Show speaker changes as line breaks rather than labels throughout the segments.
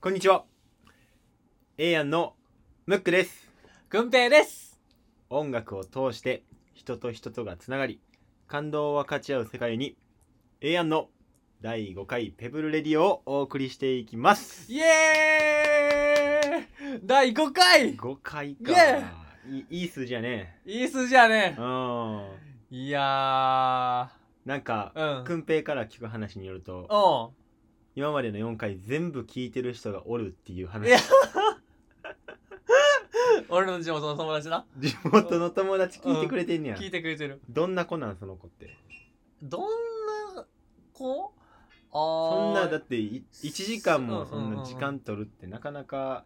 こんにちは。エイヤンのムックです。
くんぺいです
音楽を通して人と人とがつながり、感動を分かち合う世界に、エイヤンの第5回ペブルレディオをお送りしていきます。
イエーイ第5回
5回
イエ
か。いいいい数字やね。
いい数字やね
うん。
いや
なんか、
ーうん
くんぺいから聞く話によると、
お
今までの4回全部聞いてる人がおるっていう
いや
話。
うん俺の地元の友達な
地元の友達聞いてくれてんねや。
聞いてくれてる
どんな子なんその子って。
どんな子あ
そん
ー
なだってい1時間もそ
うんうん
ん
うんう
なん時間取るってなかなか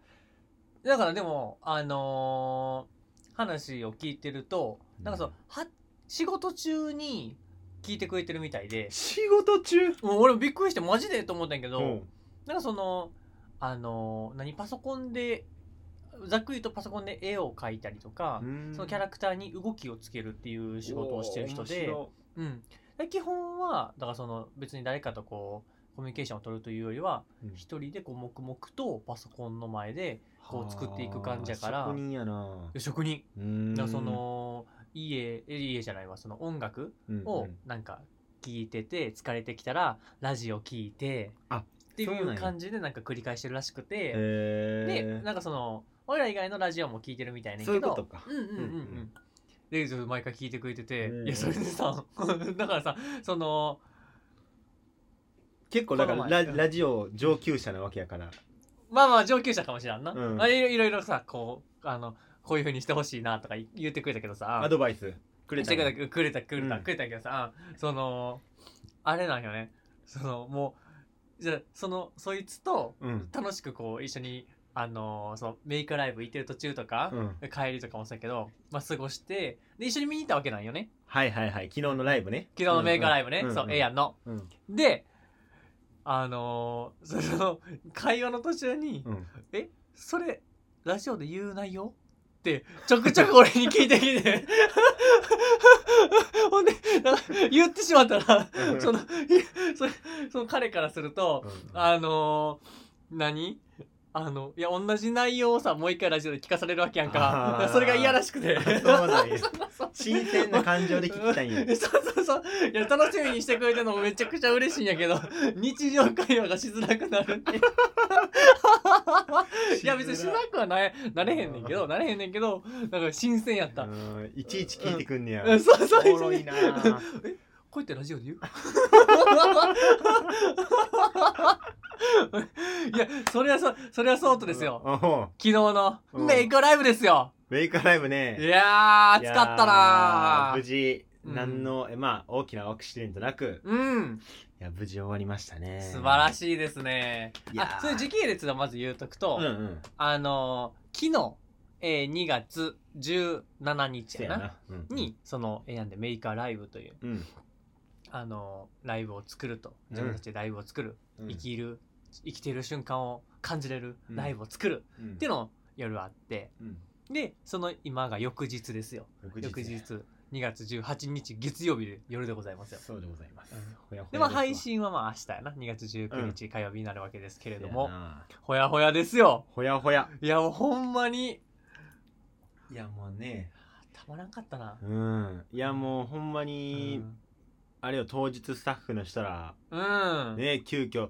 だからでもあのー話を聞いてるとなんかそう
うん
は仕事中に聞いてくれてるみたいで
仕事中
もう俺もびっくりしてマジでと思ったんやけど、
うん
なんかそのあの何パソコンでざっくりとパソコンで絵を描いたりとか、そのキャラクターに動きをつけるっていう仕事をしてる人で、
お
うん、で基本はだからその別に誰かとこうコミュニケーションを取るというよりは
ー面白いうん
一人でこう黙々とパソコンの前でこう作っていく感じやか
は
ら
あ職人やな
職人
う
だ
ん
からそのいい絵いい絵じゃないわその音楽
うん
を
うん
なんか聞いてて疲れてきたらラジオ聞いて
あ
ってい
そうなん
う
や
感じでなんか繰り返してるらしくて。で
へ
なんかその俺ら以外のラジオも聞いてるみたいねん
そ
けど
ういうことか
うんうんうんう
うんうん
んでそう毎回聞いてくれてて、
うん
いやそれでさ だからさその
ー結構だか
こ
ら
の
ラ
前
ラジオ上級者なわけやから
まあまあ上級者かもしれんな、
うん
まあ、いろいろいろさこうあのこういうふうにしてほしいなとかい言ってくれたけどさ
アドバイスくれ
して
た
く
の
れたくれたくれた
うん
くれたけどさ、そのあれなんよねそのもうじゃあそのそいつと
うん
楽しくこう一緒にあのそのメイクライブ行ってる途中とか、
うん
帰りとかもそうやけど、まあ、過ごしてで一緒に見に行ったわけなんよね
はいはいはい昨日のライブね
昨日のメーカーライブね、そう、ええや
ん
んの
うん
であのー その会話の途中に「
うん
それラジオで言う内容?」ってちょくちょく俺に聞いてきて ほんでなんか言ってしまったら
うん
そのい それその彼からすると
うん
あのー何あのいや同じ内容をさもう一回ラジオで聞かされるわけやん
あ
か
ー
それが嫌らしくて
あ そうなんや
そう
新鮮な感情で聞きたいんや
そうそうそういや楽しみにしてくれてるのもめちゃくちゃ嬉しいんやけど 日常会話がしづらくなる っていういや別にしづらくはないなれへんねんけどなれへんねんけどなんか新鮮やった、
うんいちいち聞いてくんねや
うん そうそう
おもろいなぁ
こうやってラジオで言う いやそれはそそれはそうとですよ
よ
昨日の
うん
メイクライブですよ
メイカーライブね
いやー暑かった
いやー
な
無
ー
事
うん
何の、えまあ大きなアクシデントなく
うん
いや無事終わりましたね
素晴ら
い
しいですね
いやー
あそういう時系列をまず言うとくと、
うんうん
あのー昨日、えー2月17日
せ
や
や
な
な、うん、
にそのえーなんでメイカーライブという、
うん、
あのーライブを作ると
うん
自分たちでライブを作る、
うん
生きる生きている瞬間を感じれる
うん
ライブを作る、
うん
っていうのを夜あって
うん
でその今が翌日ですよ
翌日
翌日2月18日月曜日で夜でございますよ
そうでございます、
うん
ほやほや
でまあ
すわ
配信はまあ明日やな2月19日火曜日になるわけですけれども、
せやな
ほやほやですよ
ほやほや
いやもうほんまに
いやもうね
たまらんかったな
うんいやもうほんま
う
に、
ん、
あれよ当日スタッフの人ら
うん
ね急遽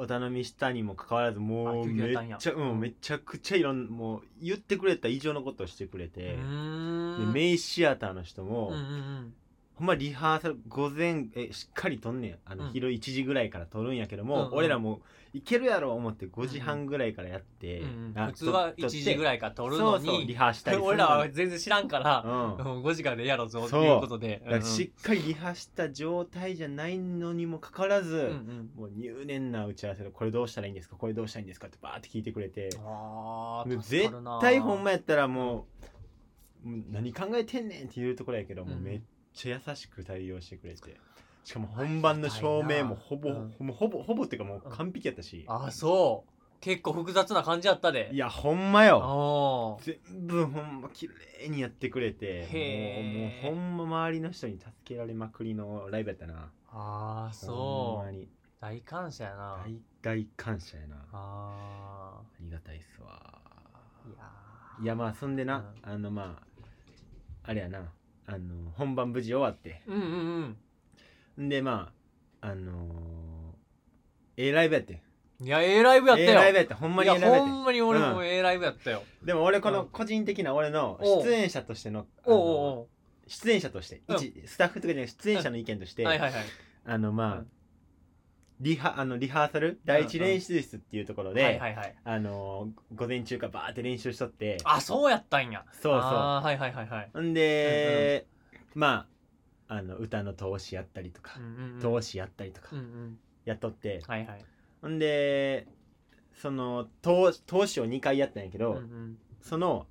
お頼みしたにもかかわらずも
あ
う
急遽
め
やったん
っ
や
ちゃ、うん、めちゃくちゃいろんもう言ってくれた以上のことをしてくれ
う
て、
ー
で
ん
メイシアターの人も、
うんうんうん
ほんまリハーサル午前えしっかり撮んねんあの、
うん
昼1時ぐらいから撮るんやけども、
うんうん
俺らもいけるやろ思って5時半ぐらいからやって、
うんうん
あ
普通は
撮
1時ぐ
い
らいから撮るの
そうそうリ
に
ハしたりするの
俺
に
らは全然知らんから、
うん
う、ん、5時からでやろうぞって
そう
いうことで
だからしっかりリハした状態じゃないのにもかかわらず、
うんうん
もう入念な打ち合わせでこれどうしたらいいんですかこれどうしたらいいんですかってバーって聞いてくれて
あ
で
ー助
絶
かるな
対ほんまやったらもうもう何考えてんねんっていうところやけど、もううんめっちゃ優しく対応してくれてしかも本番の照明もほぼ、
うん
もうほぼほぼっていうかもう完璧やったし、
あそう結構複雑な感じやったで
いやほんま
あ
よ
ー
全部ほんま綺麗にやってくれて
へー
もうもうほんま周りの人に助けられまくりのライブやったな
あー
ほん
そ
ま
う
に
大感謝やな
大大感謝やな
あ
がたいっすわ
いやー
いやまあそんでな、あのまああれやなあの本番無事終わって
うんうんうん
んでまああのー、ええライブやってん
いや、A ライブやった
え
よ。
えライブやってんほんま
い
にえ
や、
えライブや
ほ
ってん
んまに俺も A ライブやったよ。
でも俺こ
う
の
ん
個人的な俺の
おう
出演者としてのあ
お
の
うお
出演者として、
うん
一スタッフとかじゃなくて出演者の意見とし
うお
て、
うはいはいはい。
あのまあ、
うん
リハあのリハーサル第一練習室っていうところで、
はいはいはい。
あのー午前中からバーって練習しとって
あ、そうやったんや。
そうそ
あーはいはいはいはい。
うんで、まああの歌の通しやったりとか
うん、うんうん。
通しやったりとか
うんうん。
やっとって、
はいはい。
ほんでその通し通しを2回やったんやけ
う
ど、
んうん
その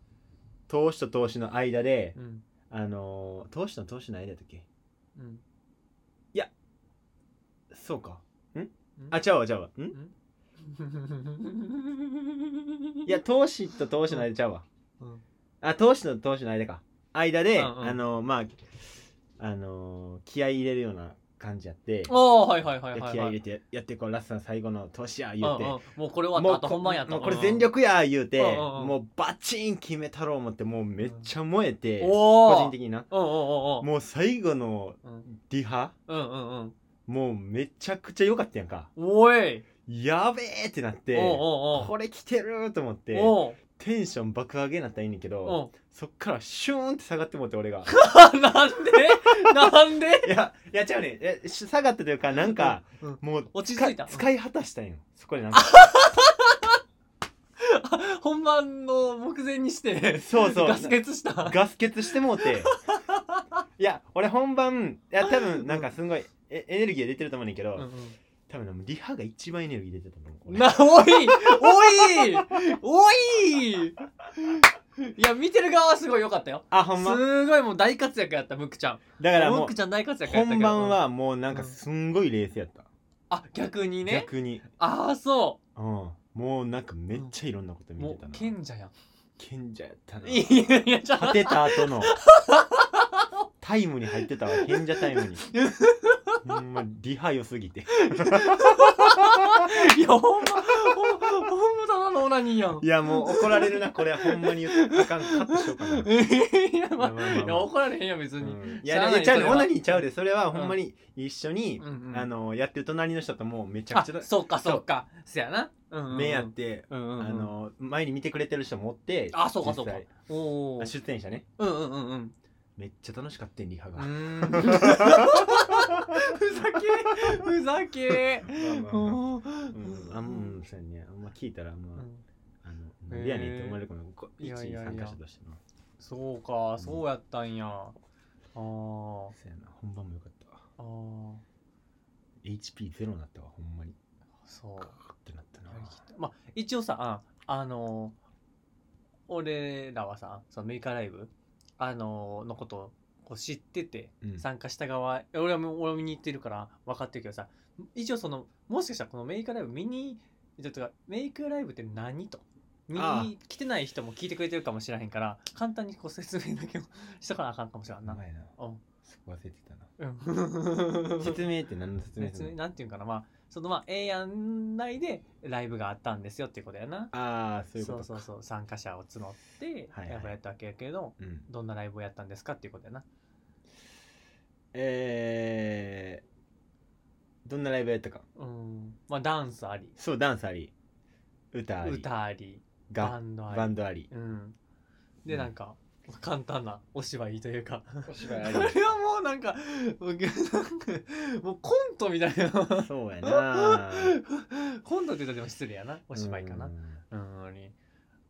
通しと通しの間で、
うん
あのー、通しと通しの間やったっけ
うん。
そうかあちゃうわちゃうわんいや投資と投資の間ちゃうわ、
うん
あ投資と投資の間か間で、
うんうん
あのーまああのー気合い入れるような感じやって、
おーはいはいはい
で
はい
気合い
は
入れ
い。
てやってこうラストの最後の投資や
うん
言
う
うて、
んもうこれ終わったあと
こ
本番やと。
もうこれ全力や言うて、
うんうんうん
もうバチン決めたろう思ってもうめっちゃ燃えて、
うん
個
おー
人的にな
うんうんうんうん
もう最後の
うん
リハ
うんうんうん。
もうめちゃくちゃ良かったやんか
おい
やべえってなって
おうおうおう
これ来てると思って
おう
テンション爆上げになったらいいねんけど
おう
そっからシューンって下がってもって俺 が
なんで なんで
いやいや違うねえし下がったというかなんか
うんうん
もう
落ち着いた
使使い果たしたんよそこでなんか
本番の目前にして
そうそう
ガス欠した
ガス欠してもうていや俺本番いや多分なんかすごいえエネルギー出てると思うねんけど、
うんうん
多分なリハが一番エネルギー出てたと思う俺
なおいおいおいいや見てる側はすごい良かったよ
あほんます
ごいもう大活躍やったムックちゃん
だから
ム
も
ッ
う
クちゃん大活躍やった
本
けど
番
うん
はもうなんかすんごい冷静やった、
あ逆にね
逆に、
ああそ
うん、もうなんかめっちゃいろんなこと
う
見て
も
た
う
な、
賢者やん
賢者やったない
やいやじゃ
立てた後のタイムに入ってたわ賢者タイム にほんまリハ良すぎて
いやほんまほんまほんまただのオナニーやん
いやもう怒られるなこれほんまに言ったあかんカットしようかな、
いや,、ま
まあまあまあ
あ、いや怒られへんやん別
う
に、
ん、い
しゃ
や
あ
い
ない
やちゃうね
それは
女にちゃうでそれはほんまに一緒に、
うんうん
あのやってる隣の人ともうめちゃ
あ
くちゃ
そうかそうかそやなうんうんうん
目やって、
うんうんうん
あの前に見てくれてる人もおって
あそうかそうか
実際
おお
あ出演者ね
うんうんうんうん
めっちゃ楽しかったんリハ
う
が、
ーんふざ
まあまあまあ
けふざけお
うん、あんうんそうやねあんま聞いたらあんま、
うん
あのなんでやねんって思われるかもこ
い
一
やいやいや
参加者としての
そうかそうやったんやあー
そうやな本番もよかったわ
あー
HP ゼロになったわほんまに
そう
ガーってなったな
やりきったまあ一応さああの俺らはさそのメリカライブあののことをこう知ってて
うん
参加した側俺はもう俺も見に行ってるから分かってるけどさ一応そのもしかしたらこのメイクライブ見にちょっとメイクライブって何と見
ああ
に来てない人も聞いてくれてるかもしれへんから簡単にこう説明だけをしとかなあかんかもしれん
名
な、
前な
うん
そこ忘れてたな
う ん、
説明って何の説明す
説
る
明
の
なんていうんかなまあそのまあ A 案内でライブがあったんですよっていうことやな
ああそういうこ
そ
と
うそうそう参加者を募って
はいはい
ライブをやったわけやけど、
うん
どんなライブをやったんですかっていうことやな
えー、どんなライブやったか
うんまあダンスあり
そうダンスあり歌あり
歌あり
が
バンドあり
バンドあり
うん、で、
うん
なんか簡単なお芝居という か
お芝居
あれはもうなんかもうなんかもうコントみたいな
そうやな
コントって言ったらでも失礼やな お芝居かな
うん
うん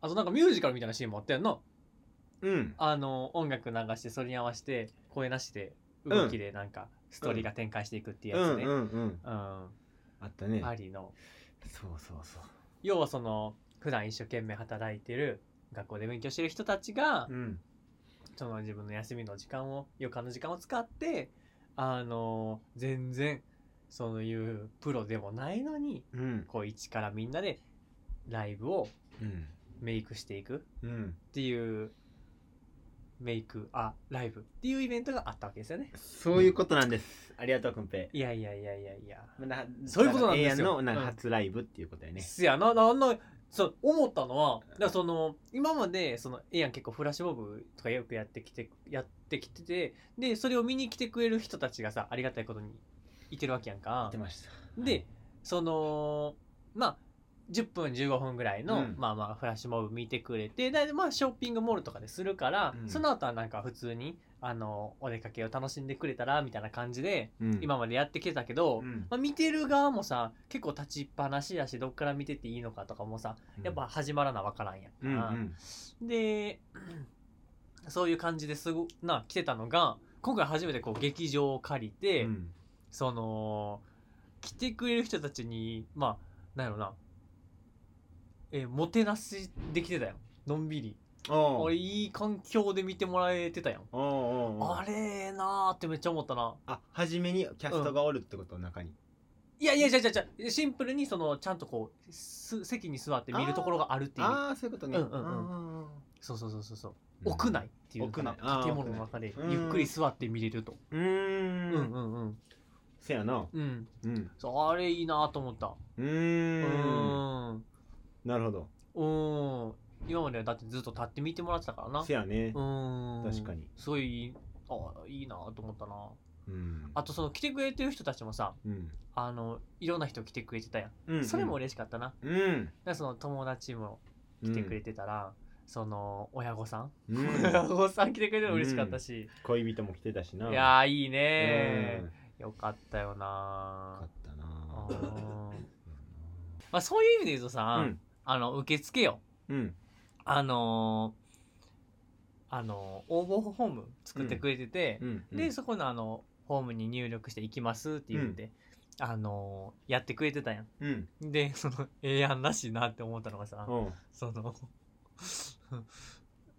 あとなんかミュージカルみたいなシーンもあったやんの
うん
あの音楽流してそれに合わせて声なしで動きでなんかストーリーが展開していくっていう
う
や
ん
つね、
うんうん
うん
あったね
ありの
そうそうそう
要はその普段一生懸命働いてる学校で勉強してる人たちが、
うん
その自分の休みの時間を余暇の時間を使ってあの全然そういうプロでもないのに
うん
こう一からみんなでライブを
うん
メイクしていく
うん
っていうメイクあライブっていうイベントがあったわけですよね
そういうことなんです。ありがとう、くんぺ
いやいやいやいやいや
い。な
そういうことなんですよ
だから永遠のなんか
うん
初ライブっていうことやね。
すやななんのそう思ったのはだからその今までそのええやん結構フラッシュモブとかよくやってきてやってきててでそれを見に来てくれる人たちがさありがたいことにいてるわけやんか
てました
でそのまあ10分15分ぐらいの、
うん
まあまあフラッシュモブ見てくれてでまあショッピングモールとかでするから、
うん
その後はなんか普通にあのお出かけを楽しんでくれたらみたいな感じで
うん
今までやってきてたけど、
うん
まあ、見てる側もさ結構立ちっぱなしやしどっから見てていいのかとかもさやっぱ始まらなわからんやんか
うんうん
でそういう感じですごな来てたのが今回初めてこう劇場を借りて、
うん
その来てくれる人たちにまあなんやろなえもてなしできてたやんのんびり
お
俺
う
いい環境で見てもらえてたやん
おうおうおう
あれええなーってめっちゃ思ったな
あ初めにキャストがおるってこと中に
いやいやじゃじゃじゃシンプルにそのちゃんとこうす席に座って見るところがあるっていう意味
ああそういうことね
うんうんう
あ
ん
あ
そうそうそうそうそう
うん
屋内っていうかな
屋内あー
建物の中で
屋内
ゆっくり座って見れると
うー
う
ん
んうんうん
せやな
うん
うん
そうあれいいなと思った
うー
うんんうん
なるほど
今まではだってずっと立って見てもらってたからな
せやね
うん
確かに
すごいいいあいいなと思ったな
うん
あとその来てくれてる人たちもさ
うん
あのいろんな人来てくれてたやん、
うん
それも嬉しかったなだか
うん
らその友達も来てくれてたら、その親御さん
うんうん
親 御さん来てくれるの嬉しかったし、
恋人も来てたしない
やーいい
うん
ね
よ
ーよかったよ
か
な
った
ー
な
あーまあそういう意味で言うとさ、
うん
あの受付よ
うん
あのーあのー応募フォーム作ってくれてて
う、んうん
でそこのあのフォームに入力して「行きます」って言って、あのーやってくれてたやん
うん
で そのええやんらしいなって思ったのがさ、
おう
その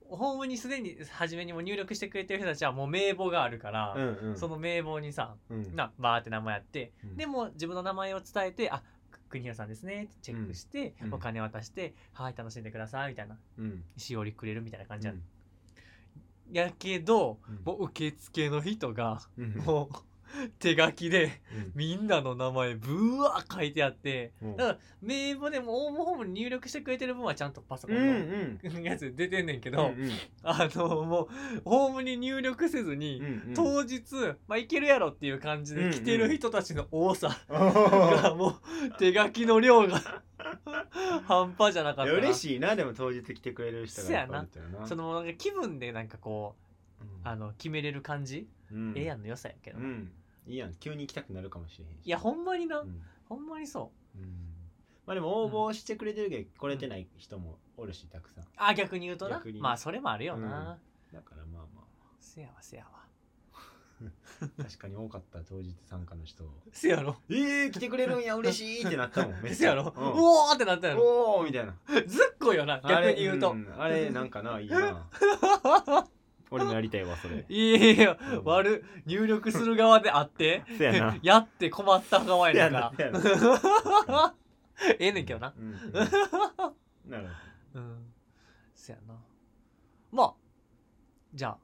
ホームにすでに初めにもう入力してくれてる人たちはもう名簿があるから、
うんうん
その名簿にさ
うん
なバーって名前やって、
うん
でも自分の名前を伝えて「あ国平さんですね」ってチェックして、
うんうん
お金渡して「はい楽しんでください」みたいな
うん
しおりくれるみたいな感じや,、
うん
やけど
うん
もう受付の人が
うん
もう手書きで
うん
みんなの名前ぶわー書いてあって
うん
だから名簿でも応募ホームに入力してくれてる分はちゃんとパソコ
うん
ンの。
うん
やつ出てんねんけ
う
ど、
んうん
あのもうホームに入力せずに、
うん うん
当日、まあ、いけるやろっていう感じで来てる人たちの多さが、もう手書きの量が半端じゃなかっ
い
た
や
な
嬉しいなでも当日来てくれる人がやっぱおるっていうのは
そのなんか気分でなんかこうあの決めれる感じ、
うん
ええやんの良さやけど
う
な、
んいいやん急に行きたくなるかもしれへんし
いやほんまにな、
うん
ほんまにそう
うんまあでも応募してくれてるけど来れてない人もおるしたくさん
あ逆に言うとな
逆に
まあそれもあるよな、
だからまあま
せやわせやわ
あ確かに多かった当日参加の人
せやろ
ええ来てくれるんや嬉しいってなったもんめっ
せ
ちゃ
やろ、
う
うんおーってなったやろ
おおみたいな
ずっこいよな逆に言うと、
あれ,ん、あれなんかないいな 俺もやりたいわそれ
いやいや、
うん
悪い入力する側であって
せやな
やって困った側やねんか
せやな
ええねんけどな、
うんうんなるほど
うん、そやなまあじゃあ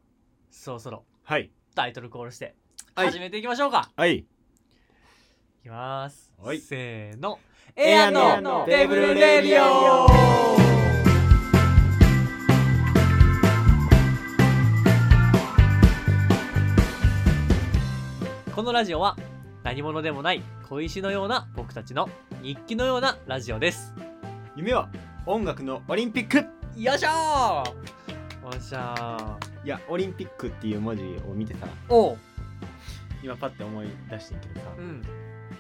そろそろ
はい
タイトルコールして
はい
始めていきましょうか、
はい
い、きます、
はい
せーの
エ
エ
ア
ア
の
の
テ
テ
ー
ー
ブ
ブ
ル
ル
レ
レ
デ
デ
ィ
ィ
オ
オこのラジオは何者でもない小石のような僕たちの日記のようなラジオです
夢は音楽のオリンピック
よいしょーよっしゃ
いやオリンピックっていう文字を見てさ
ーおう
今パッて思い出してんけどさ、
うん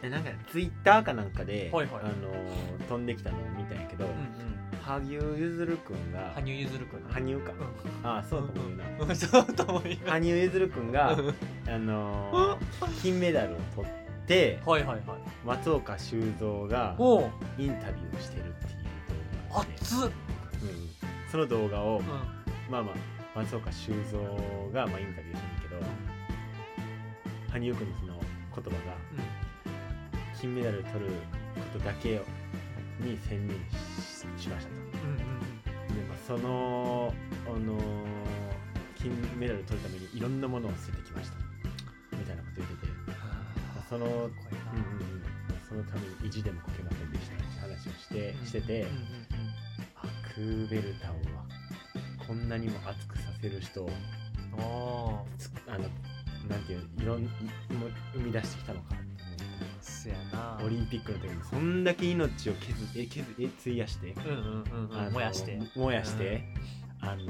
えなんかツイッターかなんかで、
はいはい
あのー飛んできたのを見たんやけど、
うんうん
羽生結弦君が
羽生結弦くん
羽生か、ああそうとも言うな、
うんうんそうとも言う
羽生結弦君が、
うん
あのー金メダルを取って
はいはいはい
松岡修造が
おう
インタビューをしてるっていう動画があって
熱っ
うん、その動画を、
うん
まあまあ松岡修造が、まあ、インタビューしてるけど羽生君のその言葉が「
うん
金メダル取ることだけをに専念ししましたと
うん
で、まあ、その、あのー金メダル取るためにいろんなものを捨ててきましたみたいなこと言ってて、まあその、うんうんうん、そのために意地でもこけませんでしたって話をしてしてて、
うんうんうん
クーベルタンはこんなにも熱くさせる人を
あ
つあのなんていうのいろんいもう生み出してきたのか
あそやな
オリンピックの時にそんだけ命を削え削え費やして、
うんうんうん
あ
う
の
ん燃やして
燃やして、あのー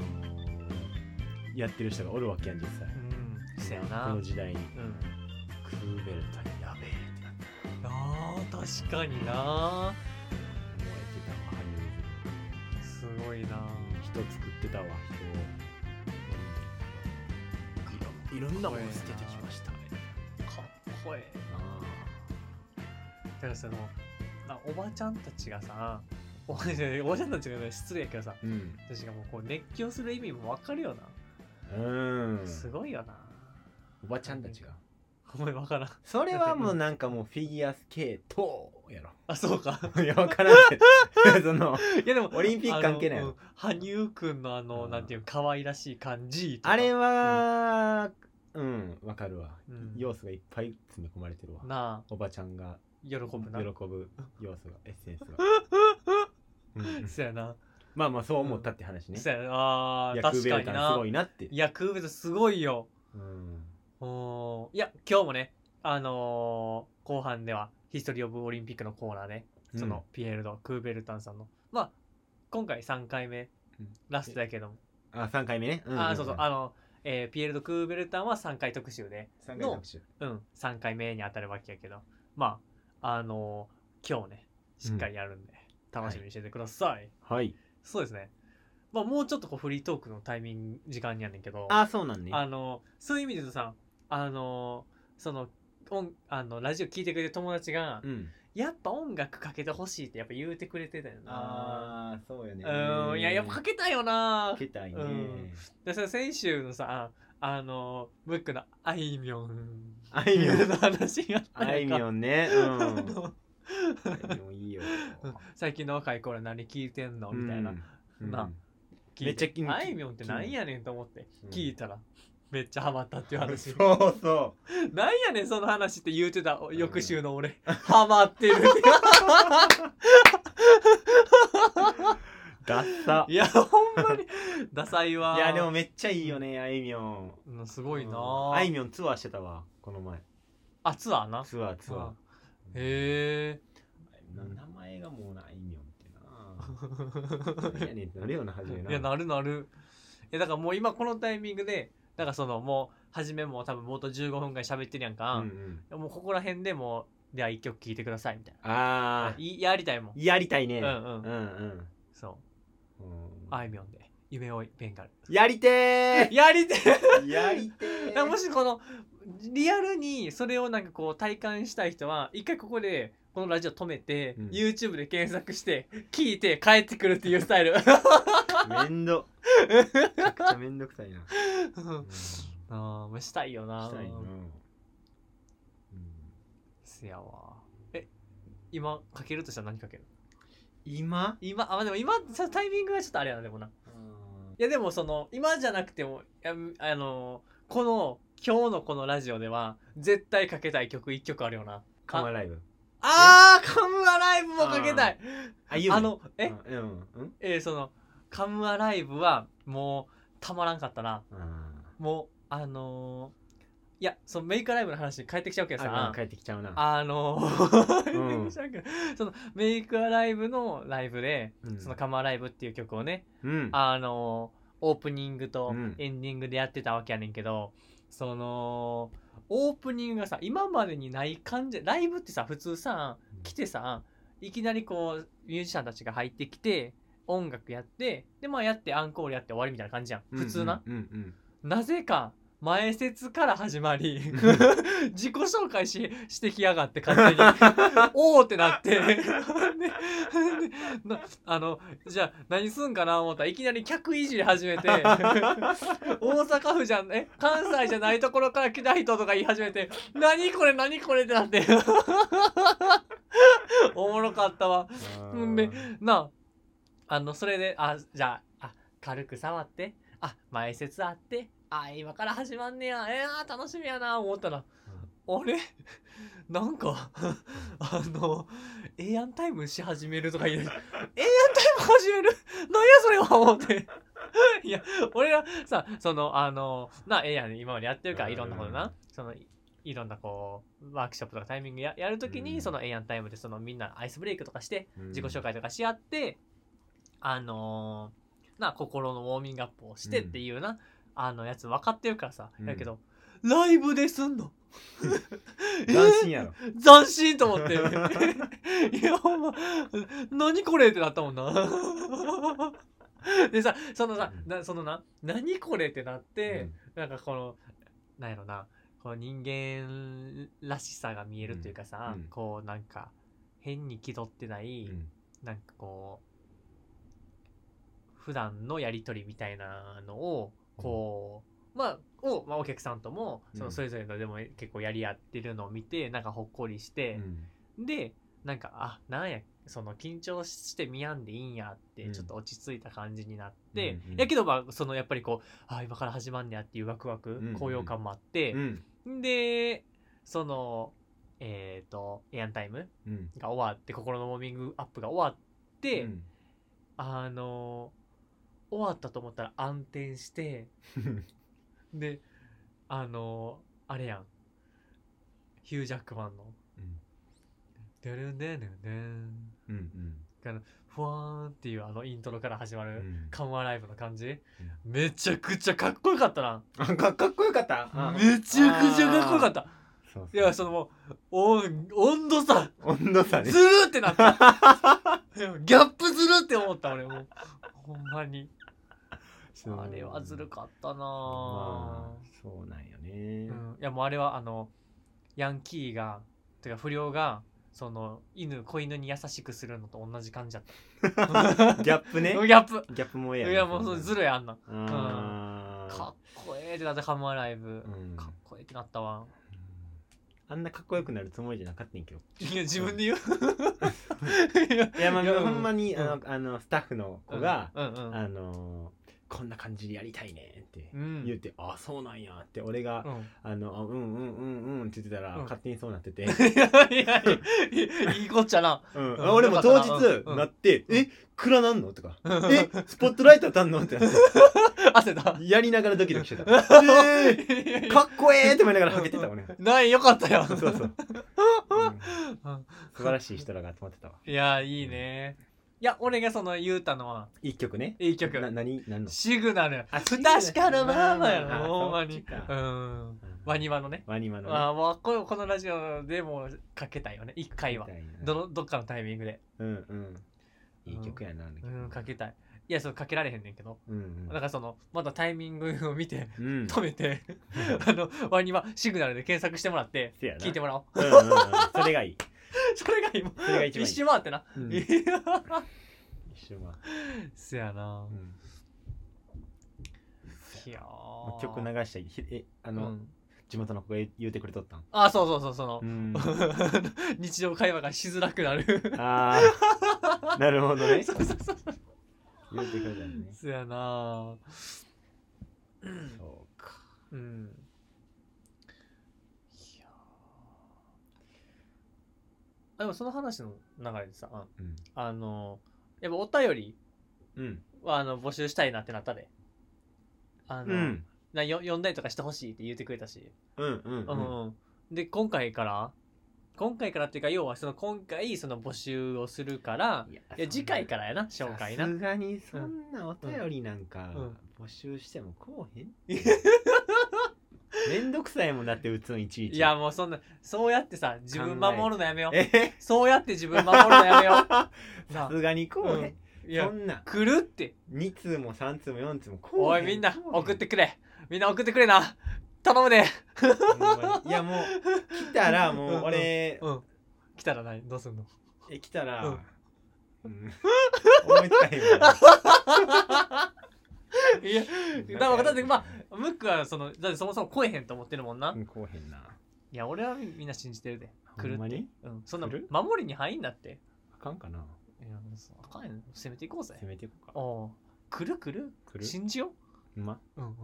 やってる人がおるわけやん実際
うんそやな
こ
う
の
ん
時代にクーベルタンやべえってなって
あー確か
燃え
にな
てたわ俳優
すごいな
人作ってたわ人をいろいろんなもの捨ててきましたね
かっこええ
あ
だからそのなおばちゃんたちがさおばちゃんおばちゃんたちが失礼やけどさ
ーうん
私がもうこう熱狂する意味もわかるよな、
うん
すごいよな
おばちゃんたちが
お前わからん
それはもうなんかもうフィギュアスケートやろ
あそうか
いや分からんけど その
いやでも
オリンピック関係ない
あのうん羽生くんのあの、
うん
なんていう可愛らしい感じとか
あれはうんわかるわ、
うん
要素がいっぱい詰め込まれてるわ
なあ
おばちゃんが
喜ぶ
喜ぶ
な
要 素がエッセンスがうん
そやな、
まあまあそう思ったって話ね
そやなあー
ヤクー
確
ベ
か
ル
に
タンす
な
ごいなって
いや空別すごいよ
うん
おーいや今日もねあのー後半ではヒストリー・オブ・オリンピックのコーナーで、そのピエールド・クーベルタンさんのまあ今回3回目
うん
ラストだけども、
あ3回目ね、んん
あーそうそうあの、えーピエールド・クーベルタンは3回特集で
三回拍手
うん3回目に当たるわけやけどまああのー今日ねしっかりやるんで、楽しみにしててください、
はい
そうですねまあもうちょっとこうフリートークのタイミング時間にやんねんけど
あそうなんね
あのそういう意味で言うとさあのその音あのラジオ聞いてくれてる友達が、
うん
やっぱ音楽かけてほしいってやっぱ言うてくれてたよな
あーそうよね
うんいややっぱかけたいよな
けたいね、
うんでその先週のさあのブックのあいみょん
あいみょん
の話がったやんか
あいみょんねうん
あの
あいみょんいいよ
最近の 若い頃何聞いてんのみたいな、
うん
な
うん
聞いて
めっちゃ気に
あいみょんってなんやねんと思って
うん
聞いたらめっちゃハマったっていう話
そうそ
なんやねんその話って言うてたお翌週 の俺、ハマってるって
うダッサ
いやほんまにダサいわ
いやでもめっちゃいいよねあいみょん
うんすごいな
うんあいみょんツアーしてたわこの前
あツアーな
ツアーツアー
あへえ
な名前がもうなあいみょんってな
い
何やねんってなるよな初めな
やなるなるえだからもう今このタイミングでだからそのもう初めも多分冒頭15分ぐらい喋ってるやん
うん
か
う、ん
もうここら辺でもうでは1曲聴いてくださいみたいな
ああ
いやりたいもん
やりたいね
うんうん
うんうん
そう
うん
あいみょんで夢追いベンガル
やりて
やりてえ
ーやりて
だから も
ー
しこのリアルにそれをなんかこう体感したい人は一回ここでこのラジオ止めて、
うん
YouTube で検索して聞いて帰ってくるっていうスタイル
めんどめちゃくちゃめんどくさいなうんし
ああしたいよな
たいな
せやわえ今かけるとしたら何かける
今
今あでも今さタイミングがちょっとあれやなでもないやでもその今じゃなくてもやあのこの今日のこのラジオでは絶対かけたい曲1曲あるよな
カマライブ
あーカムアライブもかけたい
あゆ
あのえ
うんうん
えーその「カムアライブ」はもうたまらんかったな
うん
もうあのーいやそのメイクアライブの話に帰ってきちゃうけど
あ
さ
帰ってきちゃうな
あのー
うん
帰ってきちゃうけど そのメイクアライブのライブで
うん
「そのカムアライブ」っていう曲をね、
うん
あのーオープニングと
うん
エンディングでやってたわけやねんけど、そのオープニングがさ今までにない感じライブってさ普通さ来てさいきなりこうミュージシャンたちが入ってきて音楽やってでまあやってアンコールやって終わりみたいな感じじゃん普通な、
うんうん
なぜか前説から始まり 自己紹介ししてきやがって勝手におーってなって ででなあのじゃあ何すんかな思ったらいきなり客いじり 始めて大阪府じゃんえ関西じゃないところから来た人とか言い始めて何これ何これってなって おもろかったわ
うん
うんでなああのそれであじゃああ軽く触ってあ前説あってあ今から始まんねやえー、あー楽しみやな思ったらあれ なんか あの「エイアンタイムし始める」とか言う「エイアンタイム始めるなんや思って。いや、俺らさ、その、あの、な、ええやん、今までやってるから、いろんなこと
う
な、その、いいろんなこう、ワークショップとかタイミングややるとき
うん
に、その、ええやんタイムで、その、みんなアイスブレイクとかして、
うん
自己紹介とかし合って、あのーな、心のウォーミングアップをしてっていうな、あのやつ分かってるからさ、
うん
だけど、ライブですんの え
斬新やろ
斬新と思って いやほんま何これってなったもんな でさそのさ
うん
なそのな何これってなって
う、
なんかこのなんやろなこの人間らしさが見えるというかさ、
うんうん
こうなんか変に気取ってない、
うん
なんかこう普段のやり取りみたいなのをこう、まあを、まあ、お客さんとも
うん
そのそれぞれのでも結構やり合ってるのを見てなんかほっこりし
う
て、
ん
でなんかあなんやその緊張して見やんでいいんやって
うん
ちょっと落ち着いた感じになって、
うんうん
やけどまあそのやっぱりこうあ今から始まんねやっていうワクワク、
うんうん
高揚感もあって
う、ん
でそのえっ、とエアンタイム、
うん
が終わって心のウォーミングアップが終わって、
うん
あのー終わったと思ったら暗 転してであのーあれやんヒュー・ジャックマンの
うん
「デルンデルンデン
うんうん」
ふわーんっていうあのイントロから始ま
う
る
ん
カンマライブの感じ、めちゃくちゃかっこよかったな
あかかっこよかったあ
めちゃくちゃかっこよかった
そう
いやそのもうお温度差
温度差ね
ずるーって なったいやギャップずるーって思った俺もうほんまに
そう
あれはずるかったな
まあそうなんよ
ぁ、
ね
うん、いやもうあれはあのヤンキーがてか不良がその犬子犬に優しくするのと同じ感じ だった
ギャップね
ギャップ
ギャップもええやん
いやもうそのずるやあんな
あー
かっこええってなってハマーライブ、
うん
かっこええってなったわ
あんなかっこよくなるつもりじゃなかったんやけど
いや自分で言うい
いやまあ
いや
ほんまに
うん
あのあのスタッフの子が
うんうんうん
あのこんな感じでやりたいねって
うん
言ってあそうなんやって俺が
うん
あのあうんうんうんうんって言ってたら
うん
勝手にそうなってて
いやいやいやいいこっちゃな。
うん
うん
俺も当
よかっ
日
たなうん
なって
うん
え暗なんのとかえ
え
スポットライト当たんのってなって
汗だ。
やりながらドキドキして たえ
い
ー
やいや
かっこええって思いながらはけてた俺
ない、よかったよ。
そうそううん
うん
素晴らしい人らが集まってたわ
いや、いいね。いや、俺がその言うたのは、
一曲ね
いい曲。
な何何の
シグナル。
あ
不確かなままや
あ
ろ、ほんま
そっ
に
ちか。
うん。ワニワのね。
ワニマのね
ああ、これこのラジオでもかけたいよね、一回は
み。たいな
どのどっかのタイミングで。
うんうんいい曲やなあの曲
うん、かけたい。いや、そうかけられへんねんけど。
うんうん
だからその、またタイミングを見て、
うん
止めて、あの、ワニワシグナルで検索してもらって、
せやな
聞いてもらおう。
うんうんうんそれがいい
それが今、
それが一番いい
一周回ってな。
うん
い
一
や
瞬は
せやな
う。ん
いやー
曲流したりひえあ
う
の
ん
地元の子が言言うてくれとったん
あ、そうそうそう、その
う、ん
日常会話がしづらくなる。
あ ーなるほどね
そうそうそう。
言うてくれたんね
せやな。
そうか
うん。いやーあでもその話の流れでさ、あ
うん
あの、やっぱお便り
うん
はあの募集したいなってなったで。あ
う
の、
ん
なよ呼んだりとかしてほしいって言ってくれたし。
うんうんう
うんんうん、で今回から今回からっていうか要はその今回その募集をするから
い
いや次回からやな紹介な
さすがにそんなお便りなんか
うん
募集してもこ うへんってめんどくさいもんだってうつんいちいち
い やもうそんなそうやってさ自分守るのやめよう
えへ
そうやって自分守るのやめよう
さ
な
すがにこうへん そ
いや
んな
来るって
2通も3通も4通もこうへ
おいみんな
こうへ
送ってくれみんな送ってくれな頼むね
ほんまにいやもう来たらもう俺
うん来たら何どうすんの
え来たら、
う
うん思いつかへんわ
いやだからだって まあムックはそのだってそもそも来えへんと思ってるもんな、
うんこうへんない
や俺はみんな信じてるで来る
ほんま
っ
に
て、うん、そんな
来る
守りに入んなって
あかんかない
や、そうあかんやん。攻めていこうぜ。
攻めていこうか
おう来る来る
来る
信じよ
うま
う。うんうん。
う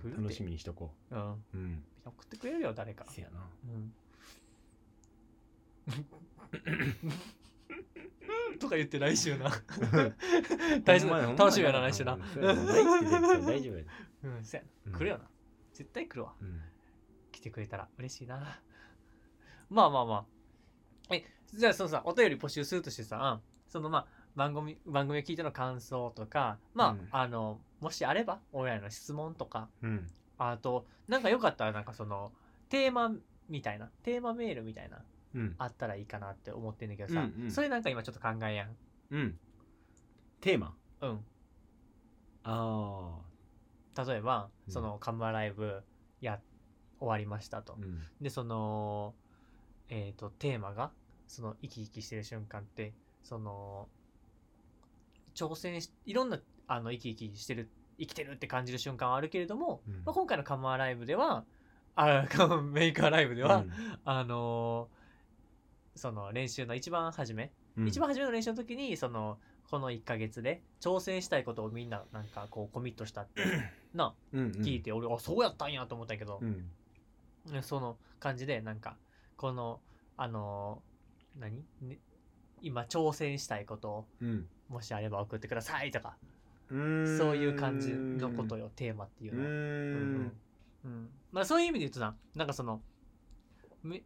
来る
ん
って
楽しみにしとこ
うん。
ううん
送って くれるよ、誰か。
せやな
うん。 とか言って来週な 大丈夫だ楽しみやな来週な、
そうやないって絶対 大丈夫やな
うん、せや
う
なん来るよな、絶対来るわ
うん
来てくれたら嬉しいな まあまあまあえじゃあそのさお便り募集するとしてさそのまあ番組番組を聞いての感想とかまあ、
うん
あのもしあれば親への質問とか
うん
あとなんかよかったらなんかそのテーマみたいなテーマメールみたいな
うん
あったらいいかなって思ってんだけどさ、
うんうん
それなんか今ちょっと考えやん
うんテーマ
うん
あ
例えば、
うん
そのカムアライブや終わりましたと
あ、うん
でそのえっ、とテーマがその生き生きしてる瞬間ってその挑戦しいろんなあの生き生きしてる生きてるって感じる瞬間はあるけれども、
うん
まあ、今回のカムアライブではあ カムメイクアライブでは、あのその練習の一番初め
うん
一番初めの練習の時にそのこの1ヶ月で挑戦したいことをみんななんかこうコミットしたってな
うんうん
聞いて俺あそうやったんやと思ったけど
う、ん
ねその感じでなんかこのあのー何、ね今挑戦したいことを
うん
もしあれば送ってくださいとか
うーん
そういう感じのことよテーマっていう
うー
のは。うん
ん
うんまあ、そういう意味で言うとさなんかそのめ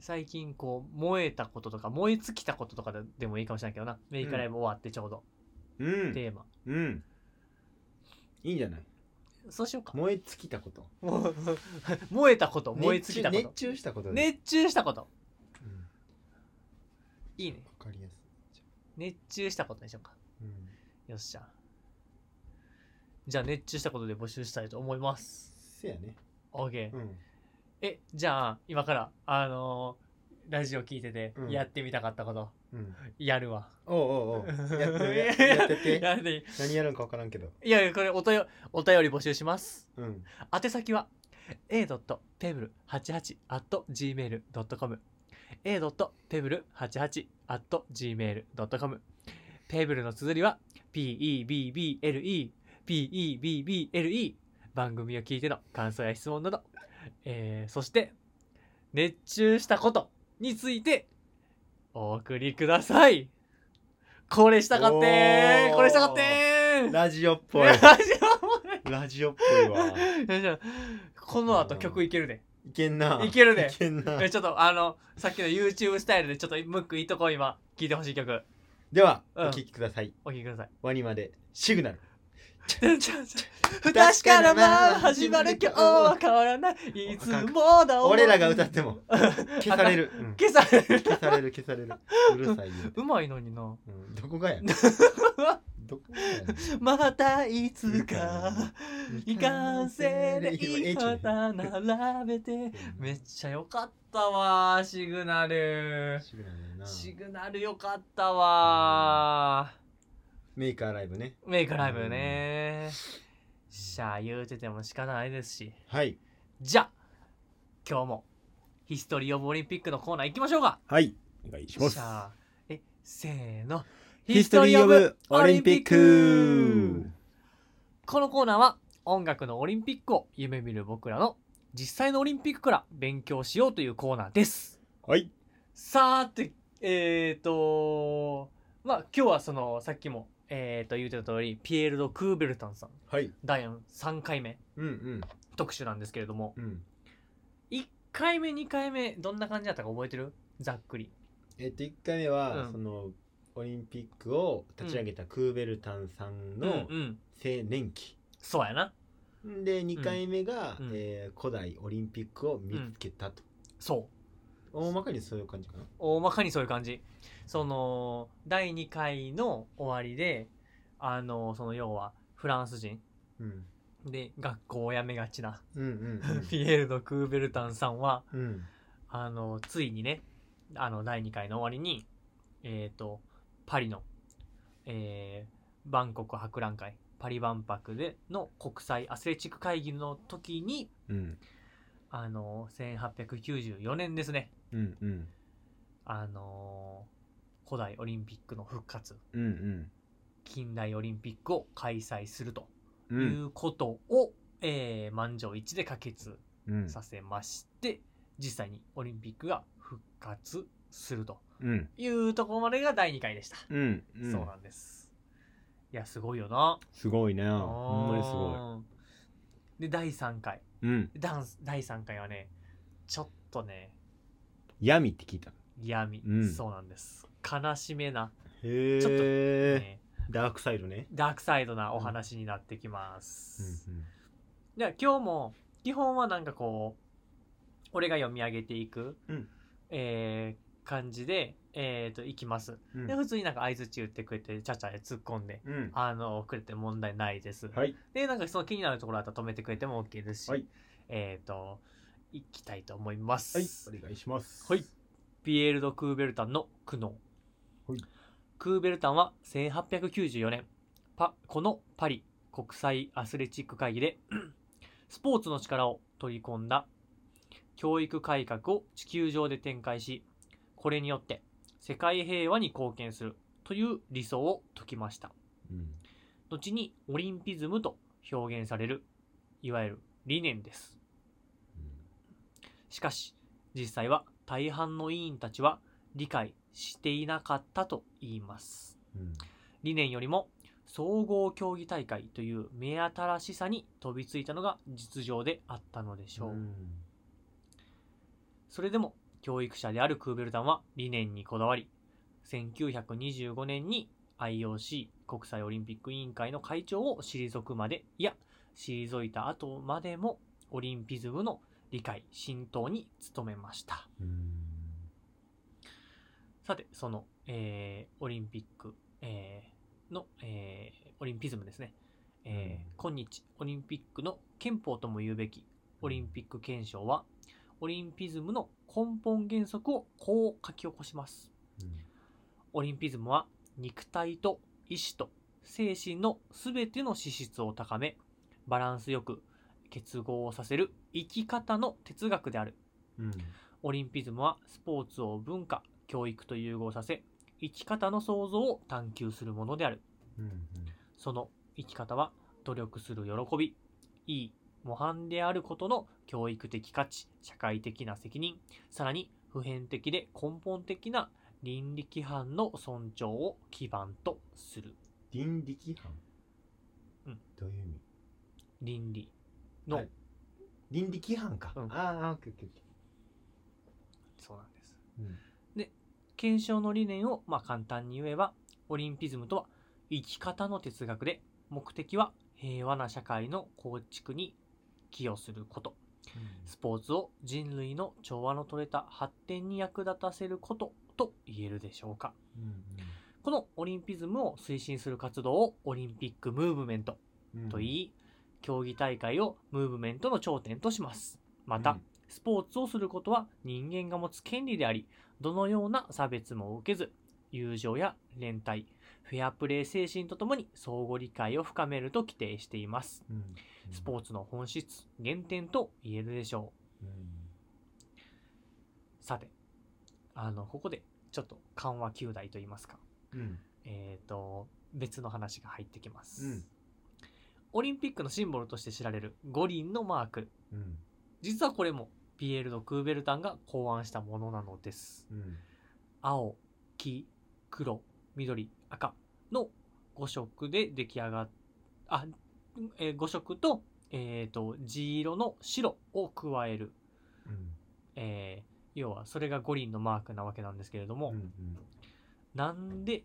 最近こう燃えたこととか燃え尽きたこととかででもいいかもしれないけどなメイクライブ終わってちょうど、
うん
テーマ
うんいいんじゃない
そうしようか
燃え尽きたこと
もう 燃えたこと燃え尽きたこ
熱
と
中熱中したこと
熱中したこと
うんわ
いいね
かりやすい
熱中したことにしようか
うん
よっしゃ。じゃあ熱中したことで募集したいと思います。
せやね
OK
う。ん
え、じゃあ今から、あのーラジオ聞いてて
う、ん
やってみたかったこと、
うん
やるわ。
おうおうおう やってややってて
やっていい
何やるんか分からんけど
いやいや、これお便お便り募集します。
うん
宛先は a.table88.gmail.com a.table88.gmail.com ペーブルの綴りは peble peble 番組を聞いての感想や質問など、えーそして熱中したことについてお送りくださいこれしたかって
お
ー
ー
これしたかってー
ラジオっぽい
ラジオもね
ラジオっぽいわ
い やじゃあこの後曲いけるで、
いけんないい
けるね
いけんな
えちょっとあのさっきの YouTube スタイルでちょっとムックいいとこ今聴いてほしい曲
ではお
うん
聴きください
お聴きくだ さい
ワニまでシグナル
不確かなまま始まる今日は変わらないいつもだ
俺らが歌 っても消される
る
うん
消される
消される消されるうるさいよ
うまいのにな
うんどこが やどこがや
またいつかいかんせいでいい方並べてめっちゃ良かったわシグナル
シグナルやな
シグナル良かったわ
メイカーライブね
メイクライブねしゃあ言うてても仕方ないですし
はい
じゃあ今日もヒストリー・オブ・オリンピックのコーナー行きましょうか
はいお願いしま
じ
す
ゃあえせーの
ヒストリー・オブ・オリンピック
このコーナーは音楽のオリンピックを夢見る僕らの実際のオリンピックから勉強しようというコーナーです
はい
さーてえーとまあ今日はそのさっきもえーと言うてた通りピエール・ド・クーベルタンさん
はい
第3回目
うんうん
特集なんですけれども
うん
1回目2回目どんな感じだったか覚えてるざっくり
えっと1回目は、
うん
そのオリンピックを立ち上げたクーベルタンさん
うんう
の青
ん
年期、
そうやな
で2回目が、
うん
えー古代オリンピックを見つけたと、
そう
大まかにそういう感じかな
大まかにそういう感じその第2回の終わりであのその要はフランス人
うん
で学校を辞めがちな
うんうん
ピエール・ド・クーベルタンさんは
うんうん
あのついにねあの第2回の終わりにえっ、とパリの、えーバンコク博覧会パリ万博での国際アスレチック会議の時に
うん
あの1894年ですね
うんうん
あの古代オリンピックの復活
うんうん
近代オリンピックを開催すると
う
い
ん
うことを、えー満場一致で可決
うん
させまして、実際にオリンピックが復活すると
うん
いうところまでが第2回でした、
うん、うん、
そうなんですいやすごいよな
すごいね
あ
ほんまにすご
いで第3回
いうん
ダンス第3回はねちょっとね
闇って聞いた
闇、
うん
そうなんです悲しめな、
へ
ちょっと
え
ね
ダークサイドね
ダークサイドなお話になってきます、
うん
じゃあ今日も基本はなんかこう俺が読み上げていく、
うん
えー感じで、えー、といきます、
うん
で普通になんか相づち打ってくれてちゃちゃで突っ込んで
うん
あのくれて問題ないです、
はい
でなんかその気になるところだったら止めてくれても OK ですし、
はい
えっ、といきたいと思います、
はいお願いします
はいピエール・ド・クーベルタンの苦悩、
はい
クーベルタンは1894年パこのパリ国際アスレチック会議で スポーツの力を取り込んだ教育改革を地球上で展開しこれによって世界平和に貢献するという理想を説きました
うん
後にオリンピズムと表現されるいわゆる理念ですしかし実際は大半の委員たちは理解していなかったと言います
うん
理念よりも総合競技大会という目新しさに飛びついたのが実情であったのでしょう、
うん
それでも教育者であるクーベルタンは理念にこだわり1925年に IOC 国際オリンピック委員会の会長を退くまでいや退いた後までもオリンピズムの理解浸透に努めました
うん
さて、その、えーオリンピック、えーの、えーオリンピズムですね。えー
うん
今日、オリンピックの憲法とも言うべきオリンピック憲章は、オリンピズムの根本原則をこう書き起こします。オリンピズムは肉体と意志と精神のすべての資質を高め、バランスよく結合をさせる生き方の哲学である。
うん
オリンピズムはスポーツを文化、教育と融合させ、生き方の創造を探求するものである。
うん
その生き方は、努力する喜び、いい模範であることの教育的価値、社会的な責任、さらに普遍的で根本的な倫理規範の尊重を基盤とする。
倫理規範
うん
どういう意味
倫理の、
はい倫理規範か
うん
ああオッケーオッケーオッケ
そうなんです。
ーうん
検証の理念を、まあ、簡単に言えばオリンピズムとは生き方の哲学で目的は平和な社会の構築に寄与することスポーツを人類の調和の取れた発展に役立たせることと言えるでしょうか
うん
このオリンピズムを推進する活動をオリンピックムーブメント
うん
と言い、競技大会をムーブメントの頂点としますまた、
うん
スポーツをすることは人間が持つ権利であり、どのような差別も受けず、友情や連帯、フェアプレー精神とともに相互理解を深めると規定しています。
うん
スポーツの本質、原点と言えるでしょ
うん
う。さて、あの、ここでちょっと緩和9代と言いますか、
うん
えっ、と、別の話が入ってきます、
うん
オリンピックのシンボルとして知られる五輪のマーク。
うん
実はこれもピエール・ド・クーベルタンが考案したものなのです。
うん
青黄黒緑赤の5色で出来上がっあ、え5色と,、えー、と地色の白を加える、
うん
えー要はそれが五輪のマークなわけなんですけれども、
うんうん
なんで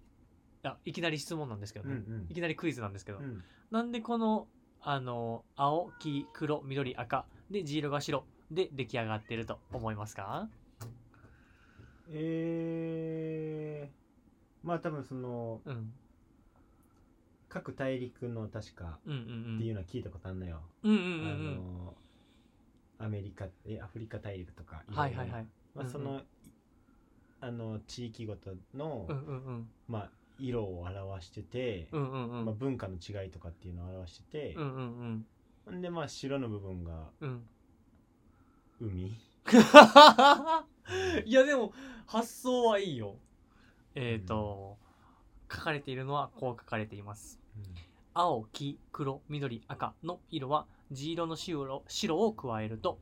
あいきなり質問なんですけどね、
うん
いきなりクイズなんですけど、
うん
なんでこのあの青黄黒緑赤で地色が白で出来上がってると思いますか
えーまあ多分その
うん
各大陸の確か
うんうん
っていううのは聞いたことあんのよ
んうんうん
あ
うん
のアメリカえアフリカ大陸とか
うんはいはいはい
まあそのあの地域ごとの
うんうんうん
まあ色を表してて
うんうんうん
まあ文化の違いとかっていうのを表してて
うんうんうん
ほんでまあ白の部分が
うん
海
いやでも発想はいいよえっ、と、書かれているのはこう書かれています青黄黒緑赤の色は地色の白白を加えると